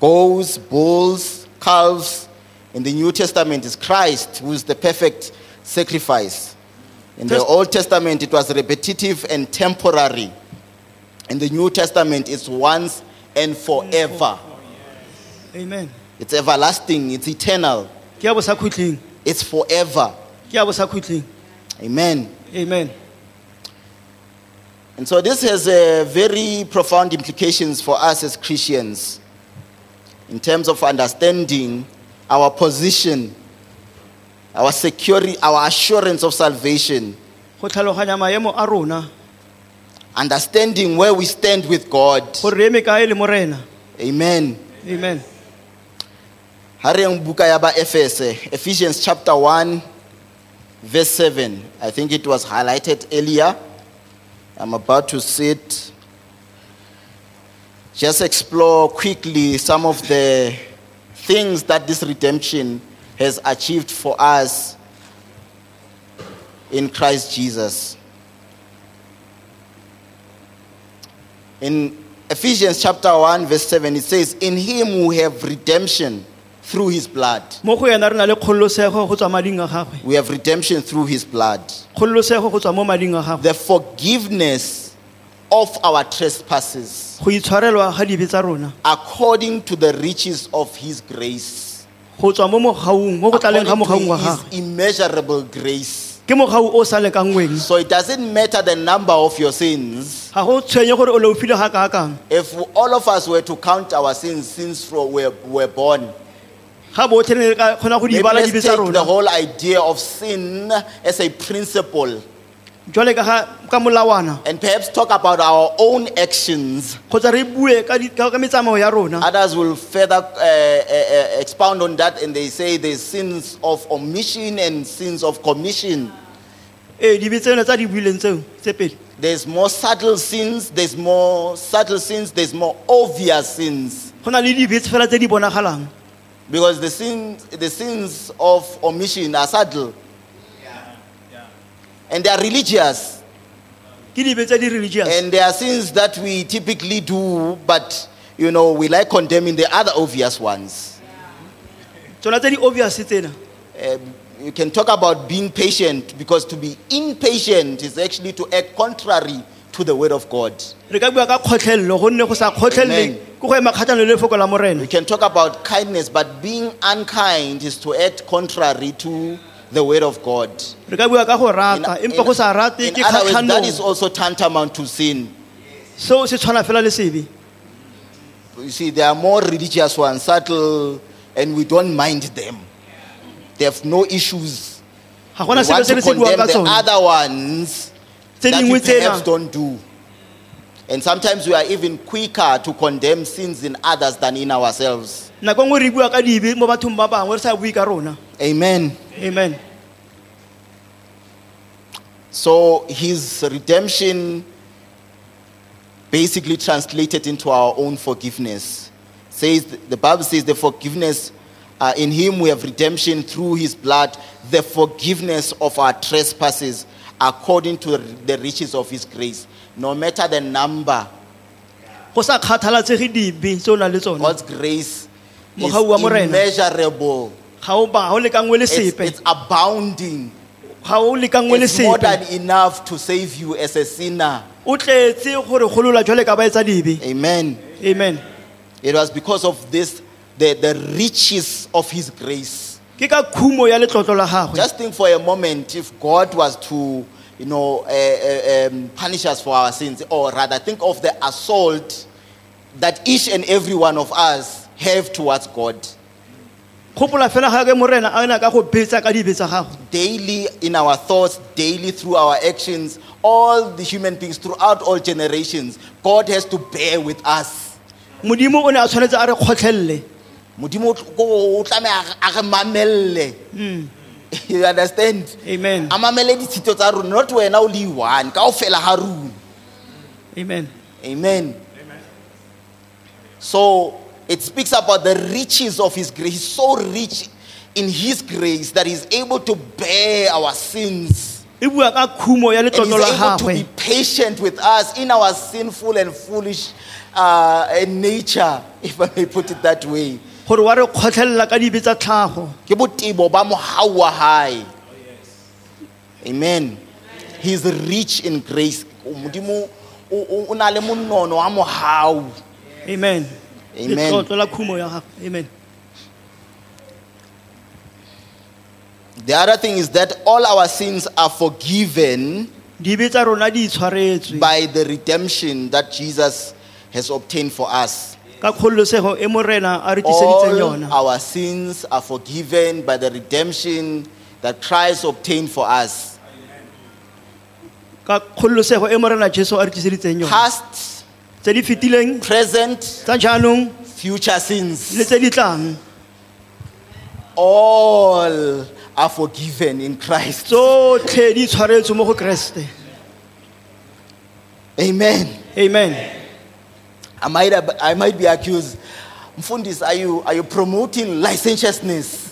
goats, bulls, calves. In the New Testament, it's Christ who is the perfect sacrifice. In the Test- Old Testament, it was repetitive and temporary. In the New Testament, it's once and forever. amen It's everlasting. It's eternal. ke ya bosa khutleng It's forever. ke ya bosa khutleng Amen. amen And so this has uh, very profound implications for us as Christians in terms of understanding our position, our security, our assurance of salvation, go tlhaloganya maemo a rona understanding where we stand with God. gore re eme kae le morena Amen. amen Ha re yang buka ya ba Efese, Ephesians chapter 1 verse 7. I think it was highlighted earlier. I'm about to sit just explore quickly some of the things that this redemption has achieved for us in Christ Jesus. In Ephesians chapter 1 verse 7 it says in him we have redemption through his blood. mo go yena re na le kgololosego go tswa mading a gagwe We have redemption through his blood. kgololosego go tswa mo mading a gagwe The forgiveness of our trespasses go itshwarelwa ga dibe tsa rona according to the riches of his grace. go tswa mo mogaung mo go tlaleng ga According mogaung to wa his gagwe immeasurable grace. ke mogau o sa lekangweng So it doesn't matter the number of your sins. ga go tshwenye gore o leofile ga kaakang If all of us were to count our sins since from where we were born, ga botlhe re ne re ka kgona go di maybe bala let's dibe take the tsa rona whole idea of sin as a principle jwale ka ga- ka molawana and perhaps talk about our own actions. kgotsa re bue ka di- ka ka metsamao ya rona Others will further uh, uh, uh, expound on that and they say there's sins of omission and sins of commission. ee dibe tseno tsa di buileng tseo tse pele There's more subtle sins, there's more subtle sins, there's more obvious sins. go na le dibe fela tse di bonagalang Because the sins, the sins of omission are subtle. And they are religious. ke dibe tse di religious And they are sins that we typically do, but you know, we like condemning the other obvious ones. tsona tse di obvious tsena Uh, you can talk about being patient because to be impatient is actually to act contrary to the word of God. re ka bua ka kgotlhelelo gonne go sa kgotlheleleng ke go ema kgatlhano le lefoko la morena We can talk about kindness, but being unkind is to act contrary to the word of God. re ka bua ka In, go rata empa Ah, go sa rate in ke other words, that is kgatlhanong also tantamount to sin. seo se tshwana fela le sebe You see, there are more religious ones, subtle, and we don't mind them. They have no issues. ga We gona selo want se to re se buang condemn ka the tsone other ones tse that we dingwe tsena perhaps don't do. And sometimes we are even quicker to condemn sins in others than in ourselves. nako e nngwe re bua ka dibe mo bathong ba bangwe re sa bue ka rona Amen. amen So his redemption basically translated into our own forgiveness. Says the Bible says the forgiveness uh, in him we have redemption through his blood, the forgiveness of our trespasses according to the riches of his grace. No matter the number, go sa kgathalatsege dibe tse o nang le tsone God's grace is Mogau wa Morena. immeasurable. ga o ba ga o lekangwe le It's, sepe it's abounding. ga o lekangwe le It's more than sepe enough to save you as a sinner. o tletse gore golola jwale ka baetsa dibe Amen. amen It was because of this, the, the riches of his grace. ke ka khumo ya letlotlo la gagwe Just think for a moment if God was to, you know, uh, uh, um, punish us for our sins, or rather, think of the assault that each and every one of us have towards God. gopola fela ga ke morena a na ka go betsa ka dibe tsa gago Daily in our thoughts, daily through our actions, all the human beings throughout all generations, God has to bear with us. modimo o ne a tshwanetse a re kgotlhelele Modimo o tl- o tlameha a re mamelle. You understand? amen a mamele ditshito tsa rona not wena o le i-one kaofela ga rona amen amen so it speaks about the riches of his grace he's so rich in his grace that he's able to bear our sins e bua ka khumo ya and he's letlotlo la able to be gagwe patient with us in our sinful and foolish uh, eh, nature <laughs> if i may put it that way gore wa re kgotlhelela ka dibe tsa tlhago ke botebo ba mohau wa hae amen he's rich in grace modimo o- o o na le monono wa mohau amen Amen. letlotlo la khumo ya gagwe amen the other thing is that all our sins are forgiven dibe tsa rona di itshwaretswe by the redemption that jesus has obtained for us ka kgololosego e morena a re tliseditseng all Ah. yona our sins are forgiven by the redemption that christ obtained for us ka kgololosego e morena jesu a re tliseditseng yona past tse di fetileng present tsa jaanong future le sins tse di tlang all are forgiven in christ tsotlhe di tshwaretswe mo go keresete Amen. amen I might, ab- I might be accused. Mfundis, are you, are you promoting licentiousness?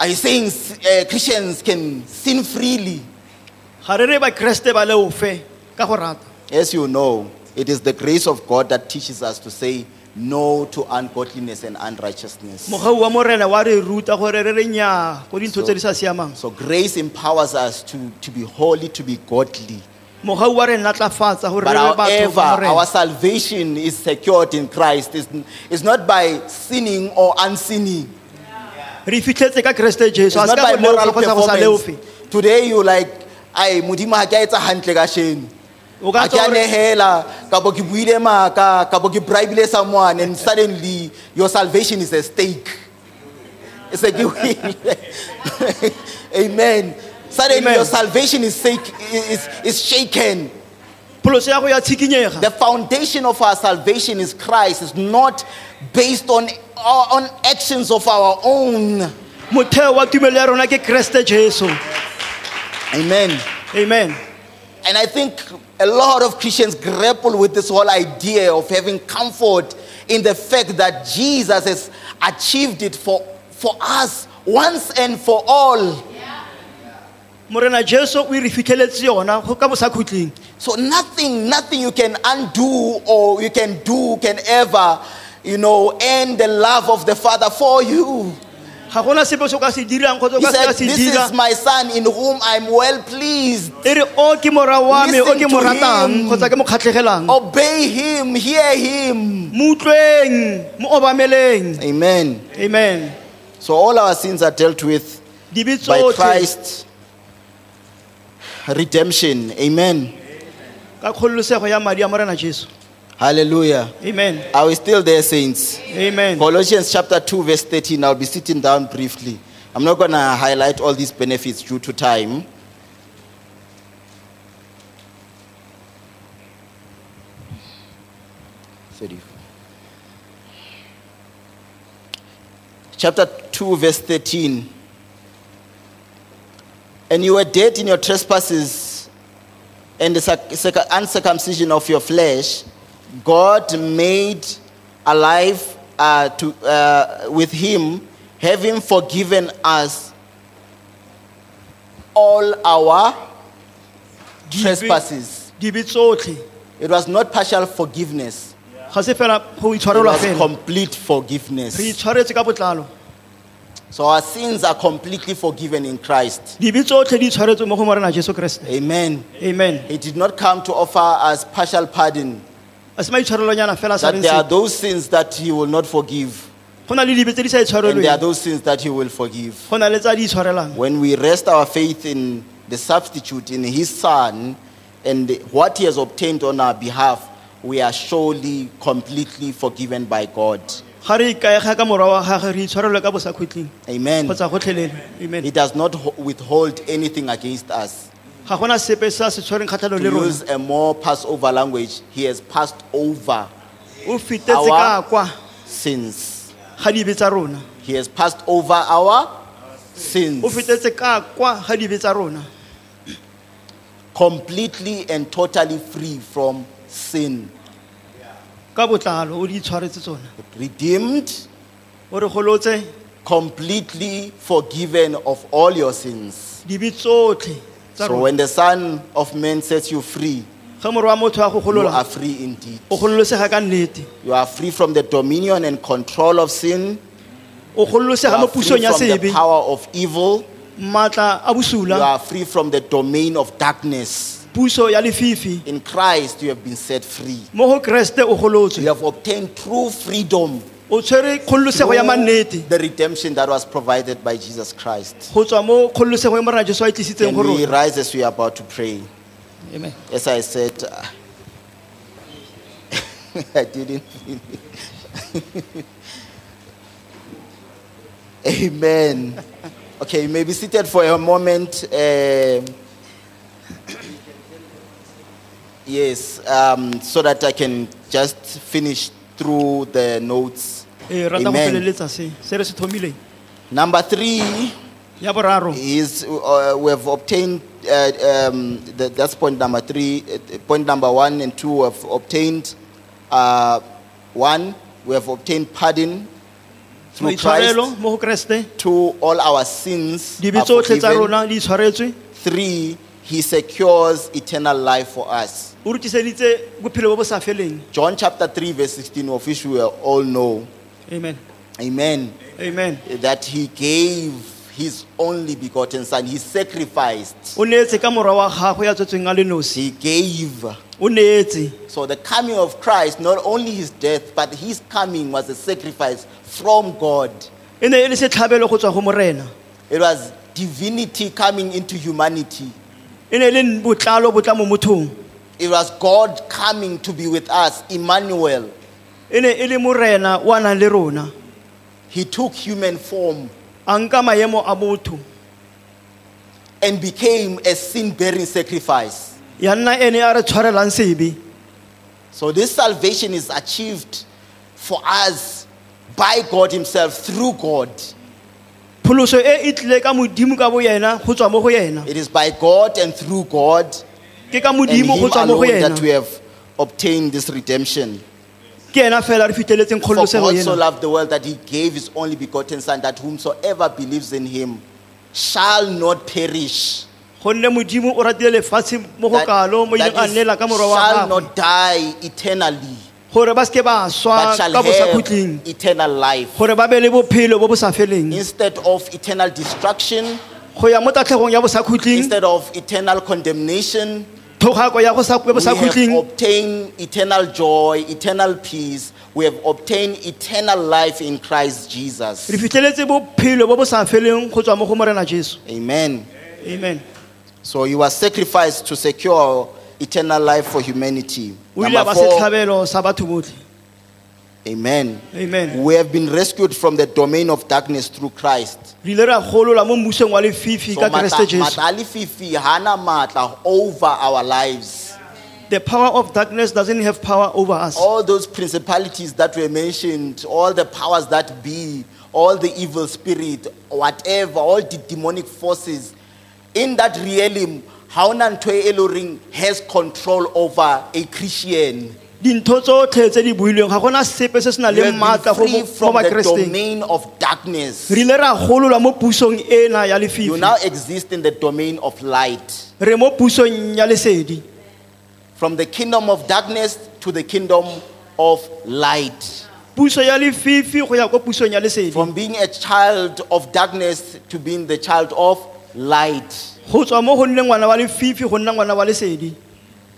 Are you saying uh, Christians can sin freely? ga re re bakeresete ba leofe ka go rata As you know, it is the grace of God that teaches us to say no to ungodliness and unrighteousness. mogau wa morena wa re ruta gore re re nyaa go dintho tse di sa siamang So grace empowers us to, to be holy, to be godly. mogau wa re natlafatsa gore re But re batho however, ba our morena salvation is secured in Christ. It's, it's not by sinning or unsinning. re fitlhetse ka keresete jesu a It's se not by ka go leofe moral kgotsa go sa leofe performance. Today you like, I modimo ha ke a etsa hantle kasheno. o Ha ke ka a tswa gore- nehela, kapo ke buile maka, kapo ke bribile someone and suddenly your salvation is at stake. It's like you- <laughs> Amen. Suddenly Amen. your salvation is, shake, is, is shaken. pholoso ya go ya tshikinyega The foundation of our salvation is Christ. It's not based on, on actions of our own. motheo wa tumelo ya rona ke keresete jesu Amen. amen And I think a lot of Christians grapple with this whole idea of having comfort in the fact that Jesus has achieved it for, for us once and for all. morena jesu o re fitlheletse yona go ka bo sa khutling So nothing, nothing you can undo or you can do can ever, you know, end the love of the Father for you. ga gona sepe se o ka se dirang kgotsa o He ka se said, ka se This dira is my son in whom I'm well pleased. e re o ke mora wa me o Listen ke to mo ratang him. kgotsa ke mo kgatlhegelang Obey him, hear him. mo utlweng mo obameleng Amen. amen So all our sins are dealt with dibe by tsotlhe Christ redemption. Amen. ka kgololosego ya madi a morena jesu Hallelujah. amen Are we still there, saints? amen Colossians chapter 2, verse 13. I'll be sitting down briefly. I'm not going to highlight all these benefits due to time. Thirty. Chapter 2, verse 13. And you were dead in your trespasses and the circ- circ- uncircumcision of your flesh, God made alive uh, to, uh, with Him, having forgiven us all our trespasses. dibe tsotlhe It was not partial forgiveness, ga se fela go it itshwarelwa was fela complete re forgiveness. itshwaretse ka botlalo So our sins are completely forgiven in Christ. dibe tsotlhe di itshwaretswe mo go morena jesu kereste Amen. amen He did not come to offer us partial pardon, a se maitshwarelonyana fela a sa that reng there are sepe. those sins that He will not forgive. go na le dibe tse di sa And there are itshwarelweng those sins that He will forgive. go na le tsa di itshwarelang When we rest our faith in the substitute, in His Son, and what He has obtained on our behalf, we are surely completely forgiven by God. ga re ikaega ka morwa wa gage re itshwarelwe ka bosakhutleng Amen. kgotsa gotlhelele amen He does not ho- withhold anything against us. ga gona sepe sa se tshwereng To kgatlhelo le rona use a more Passover language, He has passed over o fetetse Our- ka kwa sins. ga dibe tsa rona He has passed over our o sins fetetse ka kwa ga dibe tsa rona completely and totally free from sin. ka botlalo o di itshwaretse tsona Redeemed o re golotse completely forgiven of all your sins. dibe tsotlhe tsa So rona when the Son of Man sets you free, ge morwa motho a you go are golola free indeed. o gololosega ka nnete You are free from the dominion and control of sin. o You gololosega are mo free pusong ya from the sebe power of evil. maatla a You bosula are free from the domain of darkness. puso ya lefifi In Christ, you have been set free. mo go keresete o You golotswe have obtained true freedom. o tshwere kgololosego ya through mannete The redemption that was provided by Jesus Christ. go tswa mo kgololosego ya morena jesu a e tlisitseng Can go we rona rise as we are about to pray? Amen. As I said, uh, <laughs> I didn't. finish. <laughs> Amen. Okay, you may be seated for a moment. Um, yes, um, so that I can just finish through the notes. ee rata go Amen. feleletsa se se re se thomileng Number three. ya boraro is uh, we have obtained uh, um, the, that's point number three uh, point number one and two have obtained uh, one we have obtained pardon through maitshwarelo Christ mo go keresete two all our sins dibe are tsotlhe tsa forgiven rona di itshwaretswe three he secures eternal life for us o re tliseditse bophelo bo bo sa feleng John chapter 3 verse 16 of which we all know amen amen amen that he gave his only begotten son he sacrificed o neetse ka morwa wa gagwe ya tswetsweng a lenosi he gave o neetse So the coming of Christ, not only his death, but his coming was a sacrifice from God. e ne e le setlhabelo go tswa go morena It was divinity coming into humanity. e ne e le botlalo bo tla mo mothong It was God coming to be with us, Emmanuel. e ne e le morena o a nang le rona He took human form a nka maemo a motho and became a sin-bearing sacrifice. ya nna ene a re tshwarelang sebe So this salvation is achieved for us by God himself through God. pholoso e e tlile ka modimo ka bo yena go tswa mo go yena It is by God and through God ke ka and him modimo go tswa mo go alone yena that we have obtained this redemption. ke yena fela re fitlheletseng For kgololosego God so ena loved the world that he gave his only begotten Son, that whomsoever believes in him shall not perish. gonne modimo o ratile lefatshe mo go That- kalo mo ileng that is, a nnela ka morwa wa shall gagwe not die eternally, gore ba seke ba but swa shall Ah, ka bosakhutleng have eternal life. gore ba be le bophelo bo bo sa feleng Instead of eternal destruction, go ya mo tatlhegong ya bosakhutleng instead of eternal condemnation, thogako ya go sa- ya we have bosakhutleng obtained eternal joy, eternal peace. we have obtained eternal life in Christ Jesus. re fitlheletse bophelo bo bo sa feleng go tswa mo go morena jesu Amen. amen So you are sacrificed to secure eternal life for humanity. o ile a Number ba four, setlhabelo sa batho botlhe amen. amen We have been rescued from the domain of darkness through Christ. re ile ra golola mo mmuseng wa lefifi So ka keresete mata- jesu matalififi hana matla over our lives. the power of darkness doesn't have power over us All those principalities that were mentioned, all the powers that be, all the evil spirit, whatever, all the demonic forces, in that realm, Haunantwe Eloring has control over a Christian. dintho tsotlhe tse di builweng ga gona sepe se se nang You le have been maatla go free bo- go from the bakeresete domain of darkness. re ile ra gololwa mo pusong ena ya You lefifi now exist in the domain of light. re mo pusong ya lesedi From the kingdom of darkness to the kingdom of light. puso ya lefifi go ya kwa pusong ya lesedi From being a child of darkness to being the child of light. go tswa mo go nneng ngwana wa lefifi go nna ngwana wa lesedi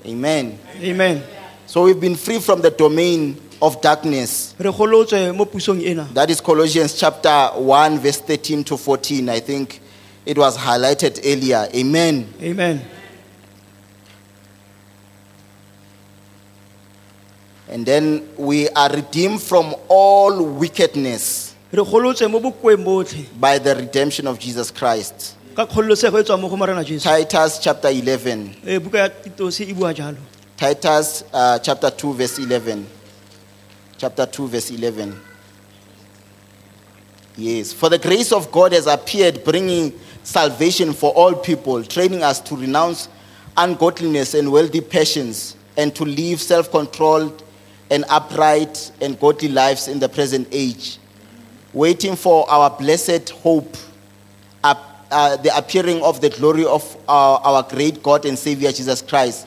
Amen. amen So we've been free from the domain of darkness. re golotswe mo pusong ena That is Colossians chapter 1, verse 13 to 14. I think it was highlighted earlier. Amen. amen And then we are redeemed from all wickedness re golotswe mo bokweng botlhe by the redemption of Jesus Christ. ka kgololosego e tswa mo go morena jesu Titus chapter 11. ee buka ya titose e bua jalo Titus uh, chapter 2, verse 11. Chapter 2, verse 11. Yes. For the grace of God has appeared, bringing salvation for all people, training us to renounce ungodliness and worldly passions, and to live self controlled and upright and godly lives in the present age, waiting for our blessed hope up, uh, the appearing of the glory of our, our great God and Savior Jesus Christ,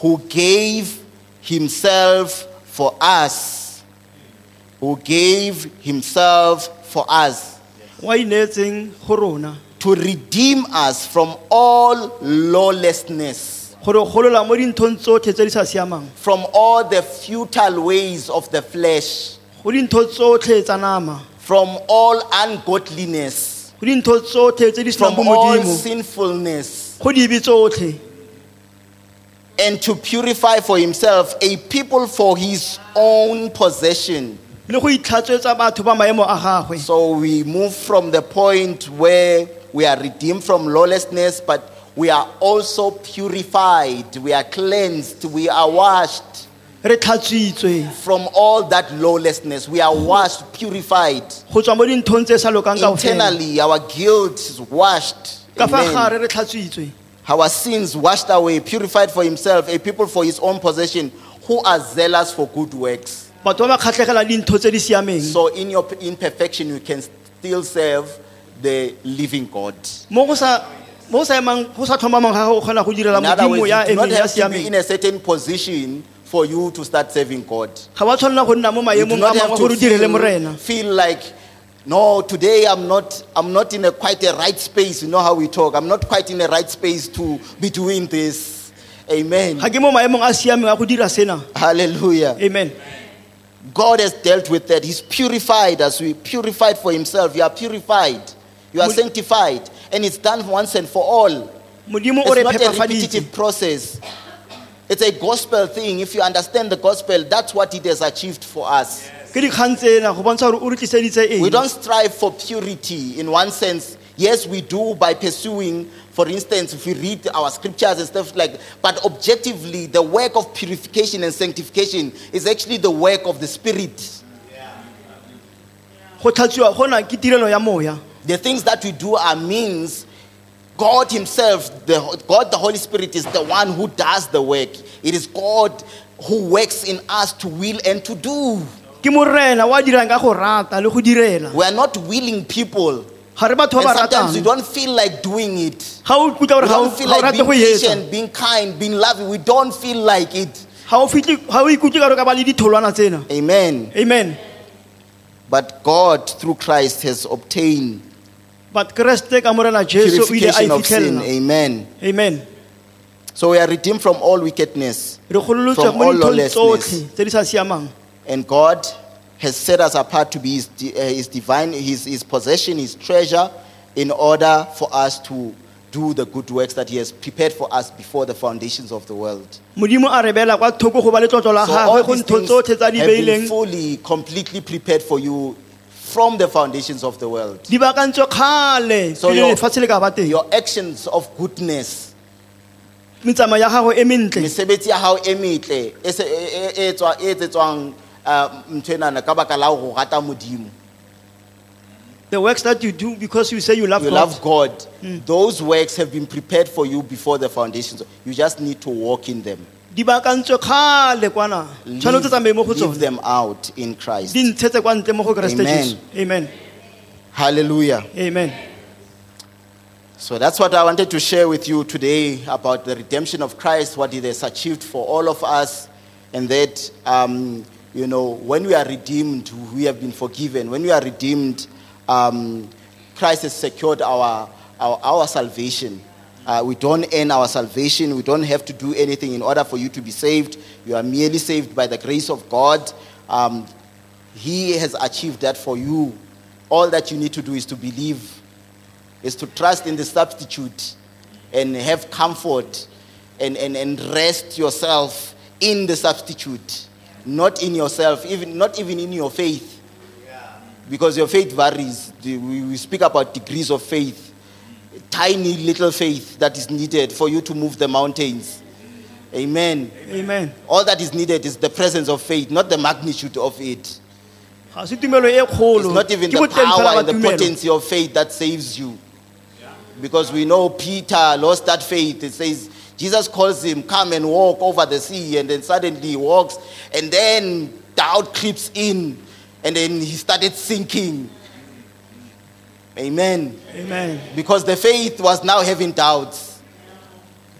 who gave himself for us. Who gave himself for us wa ineetseng go rona to redeem us from all lawlessness, gore o golola mo dinthong tsotlhe tse di sa siamang from all the futile ways of the flesh, go dintho tsotlhe tsa nama from all ungodliness, go dintho tsotlhe tse di senang from all bomodimo sinfulness. go dibe tsotlhe and to purify for himself a people for his own possession. le go itlhatswetsa batho ba maemo a gagwe So we move from the point where we are redeemed from lawlessness, but we are also purified, we are cleansed, we are washed re tlhatswitswe from all that lawlessness. We are washed, purified. go tswa mo dinthong tse sa lokang ka ofela Internally, our guilt is washed. ka fa Amen. gare re tlhatswitswe Our sins washed away, purified for himself, a people for his own possession who are zealous for good works. batho ba ba kgatlhegelang dintho tse di siameng So in your imperfection, you can still serve the living God. mo go sa mo go sa emang go sa tlhomamang ga go kgona go direla In other words, modimo you ya do not emeng ya have to be in siameng a certain position for you to start serving God. ga wa tshwanela go nna mo You do not maemong a mangwe have to gore o direle morena feel, feel like, no, today I'm not, I'm not in a quite a right space. You know how we talk. I'm not quite in a right space to be doing this. Amen. ga ke mo maemong a siameng a go dira sena Hallelujah. amen God has dealt with that. He's purified us. We purified for Himself. You are purified. You are Mo- sanctified. And it's done once and for all. modimo o re It's not a phepafaditse repetitive process. It's a gospel thing. If you understand the gospel, that's what it has achieved for us. ke dikgang tsena go bontsha gore o re tliseditse We eng don't strive for purity in one sense. Yes, we do by pursuing, for instance, if we read our scriptures and stuff like But objectively, the work of purification and sanctification is actually the work of the Spirit. go tlhatswiwa gona ke tirelo ya moya The things that we do are means. God Himself, the, God the Holy Spirit, is the one who does the work. It is God who works in us to will and to do. ke morena wa dirang ka go rata le go direla We are not willing people. ga re batho And ba ba sometimes ratang we don't feel like doing it. ga o ikutlwa We gore ga o don't feel ga o like rate being go etsa patient, being kind, being loving. We don't feel like it. ga o fitlhe- ga o ikutlwe ka gore ka ba le ditholwana tsena Amen. amen But God, through Christ, has obtained but keresete ka morena jesu o ile a e purification of sin. fitlhelela Amen. amen So we are redeemed from all wickedness. re gololotswa From mo all dinthong lawlessness. tsotlhe tse di sa siamang And God has set us apart to be his, di- uh, his divine, his, his possession, his treasure, in order for us to do the good works that he has prepared for us before the foundations of the world. modimo a rebela kwa thoko go ba letlotlo la So all gagwe go these ntho things tsotlhe have tsa di been beileng fully, completely prepared for you from the foundations of the world. di baakantswe kgale So pele your- lefatshe le ka ba teng Your actions of goodness, metsamao ya gago e mentle mesebetsi ya hao e metle e se- e- e- e etswa- e etsetswang uh, nthwenana ka baka la ho rata Modimo. the works that you do because you say you love You god love God. Mm. Those works have been prepared for you before the foundations. You just need to walk in them. di baakantswe kgale kwana tshwanetse tsamaye mo go leave tsone them out in Christ. di ntshetse kwa ntle mo go keresete Amen. jesu amen Hallelujah. amen So that's what I wanted to share with you today about the redemption of Christ, what it has achieved for all of us, and that, um, you know, when we are redeemed, we have been forgiven. When we are redeemed, um, Christ has secured our, our, our salvation. Uh, we don't earn our salvation. We don't have to do anything in order for you to be saved. You are merely saved by the grace of God. Um, he has achieved that for you. All that you need to do is to believe is to trust in the substitute and have comfort and, and, and rest yourself in the substitute, not in yourself, even, not even in your faith. Because your faith varies. The- We we speak about degrees of faith, tiny little faith that is needed for you to move the mountains. Amen. amen All that is needed is the presence of faith, not the magnitude of it. ga se tumelo e It's kgolo not even ke the boteng power fela ba and the tumelo potency of faith that saves you. Because we know Peter lost that faith. It says Jesus calls him, Come and walk over the sea. And then suddenly he walks. And then doubt creeps in. And then he started sinking. Amen. amen Because the faith was now having doubts.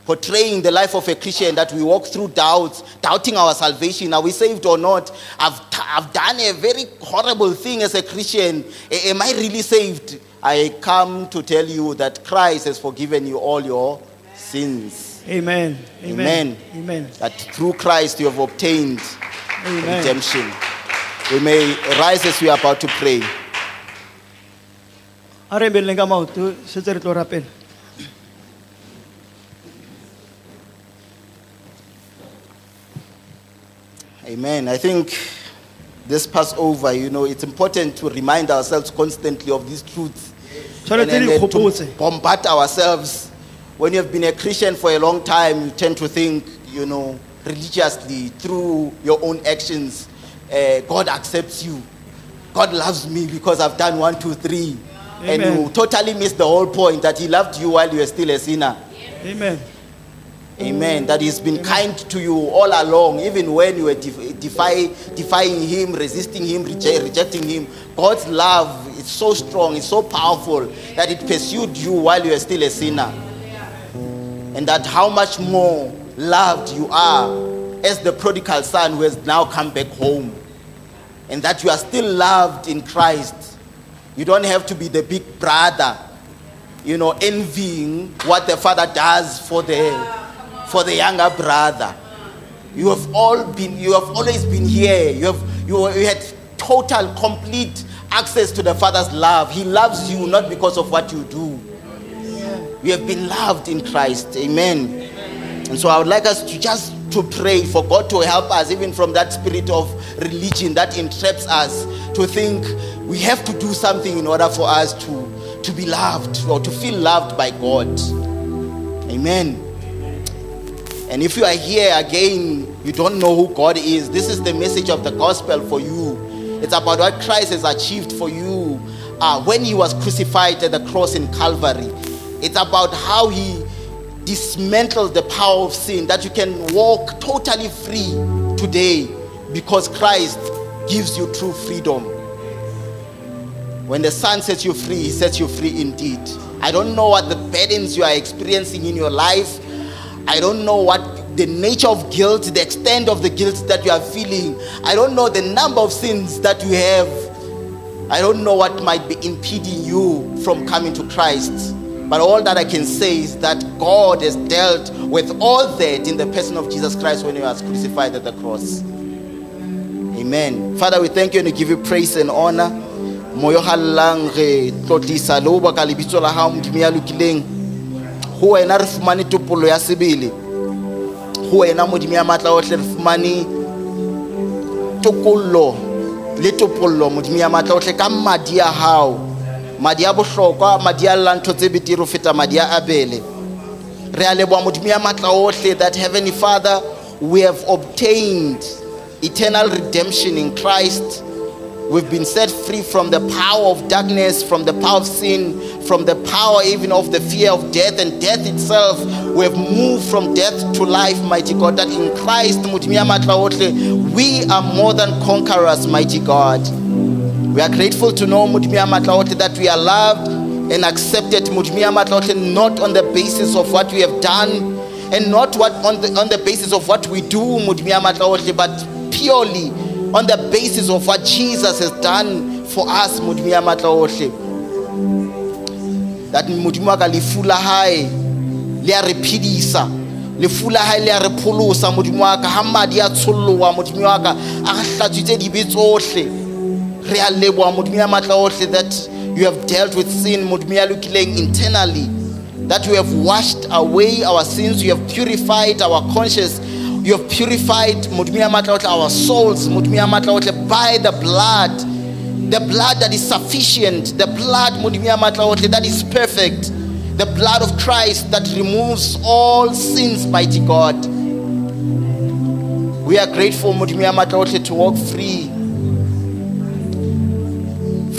Portraying the life of a Christian that we walk through doubts, doubting our salvation. Are we saved or not? I've, t- I've done a very horrible thing as a Christian. A- am I really saved? I come to tell you that Christ has forgiven you all your sins. amen amen Amen. amen That through Christ you have obtained amen redemption. We may rise as we are about to pray. a re beleng ka maoto setse re tlo rapela Amen. I think this Passover, you know, it's important to remind ourselves constantly of these truths. Tshwanetse re then to ikgopotse. bombard ourselves. When you have been a Christian for a long time, you tend to think, you know, religiously through your own actions, uh, God accepts you. God loves me because I've done one, two, three. And Amen. you totally miss the whole point that He loved you while you were still a sinner. amen Amen. That he's been kind to you all along, even when you were defi- defy, defying him, resisting him, reje- rejecting him. God's love is so strong, it's so powerful that it pursued you while you were still a sinner. And that how much more loved you are as the prodigal son who has now come back home. And that you are still loved in Christ. You don't have to be the big brother you know, envying what the father does for the for the younger brother. You have all been you have always been here. You have you, you had total complete access to the father's love. He loves you not because of what you do. You have been loved in Christ. Amen. And so I would like us to just to pray for God to help us even from that spirit of religion that entraps us to think we have to do something in order for us to to be loved or to feel loved by God. Amen. And if you are here again, you don't know who God is. This is the message of the gospel for you. It's about what Christ has achieved for you uh, when he was crucified at the cross in Calvary. It's about how he dismantled the power of sin, that you can walk totally free today because Christ gives you true freedom. When the Son sets you free, He sets you free indeed. I don't know what the burdens you are experiencing in your life. I don't know what the nature of guilt, the extent of the guilt that you are feeling. I don't know the number of sins that you have. I don't know what might be impeding you from coming to Christ. But all that I can say is that God has dealt with all that in the person of Jesus Christ when he was crucified at the cross. Amen. Amen. Father, we thank you and we give you praise and honor. Moyo hallang re tlotlisa le ho baka lebitso la hao modimo ya lokileng. Ho wena re fumane topolo ya sebele. Ho wena modimo ya matla ohle re fumane tokollo le topollo modimo ya matla ohle ka madi a hao. Madi a bohlokwa, madi a llang ntho tse betere ho feta madi a abele. Re a leboha Modimo ya matla ohle that heavenly father we have obtained eternal redemption in Christ we've been set free from the power of darkness from the power of sin from the power even of the fear of death and death itself we have moved from death to life mighty God that in Christ Modimo ya matla ohle we are more than conquerors mighty God we are grateful to know Mudimia Matlaote that we are loved and accepted Mudimia Matlaote not on the basis of what we have done and not what on the on the basis of what we do Mudimia Matlaote but purely on the basis of what Jesus has done for us Mudimia Matlaote that Modimo wa ka lefu la hae le a re phedisa lefu la hae le a re pholosa modimo wa ka ha madi a tsholloha modimo wa ka a re hlatswitse dibe tsohle re a leboha modimo ya matla ohle that you have dealt with sin modimo ya lokileng internally that you have washed away our sins you have purified our conscience you have purified modimo ya matla ohle our souls modimo ya matla ohle by the blood the blood that is sufficient, the blood Mudimia Matlaotle that is perfect, the blood of Christ that removes all sins, mighty God. We are grateful, Mudimia Matlaotle, to walk free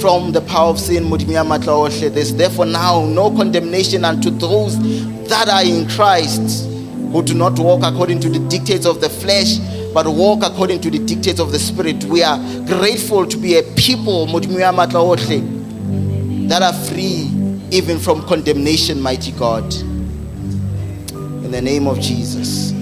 from the power of sin, Mudimia Matlaotle. There's therefore now no condemnation unto those that are in Christ who do not walk according to the dictates of the flesh, but walk according to the dictates of the Spirit. We are grateful to be a people, Mudimia Matlaotle, that are free even from condemnation, mighty God. In the name of Jesus.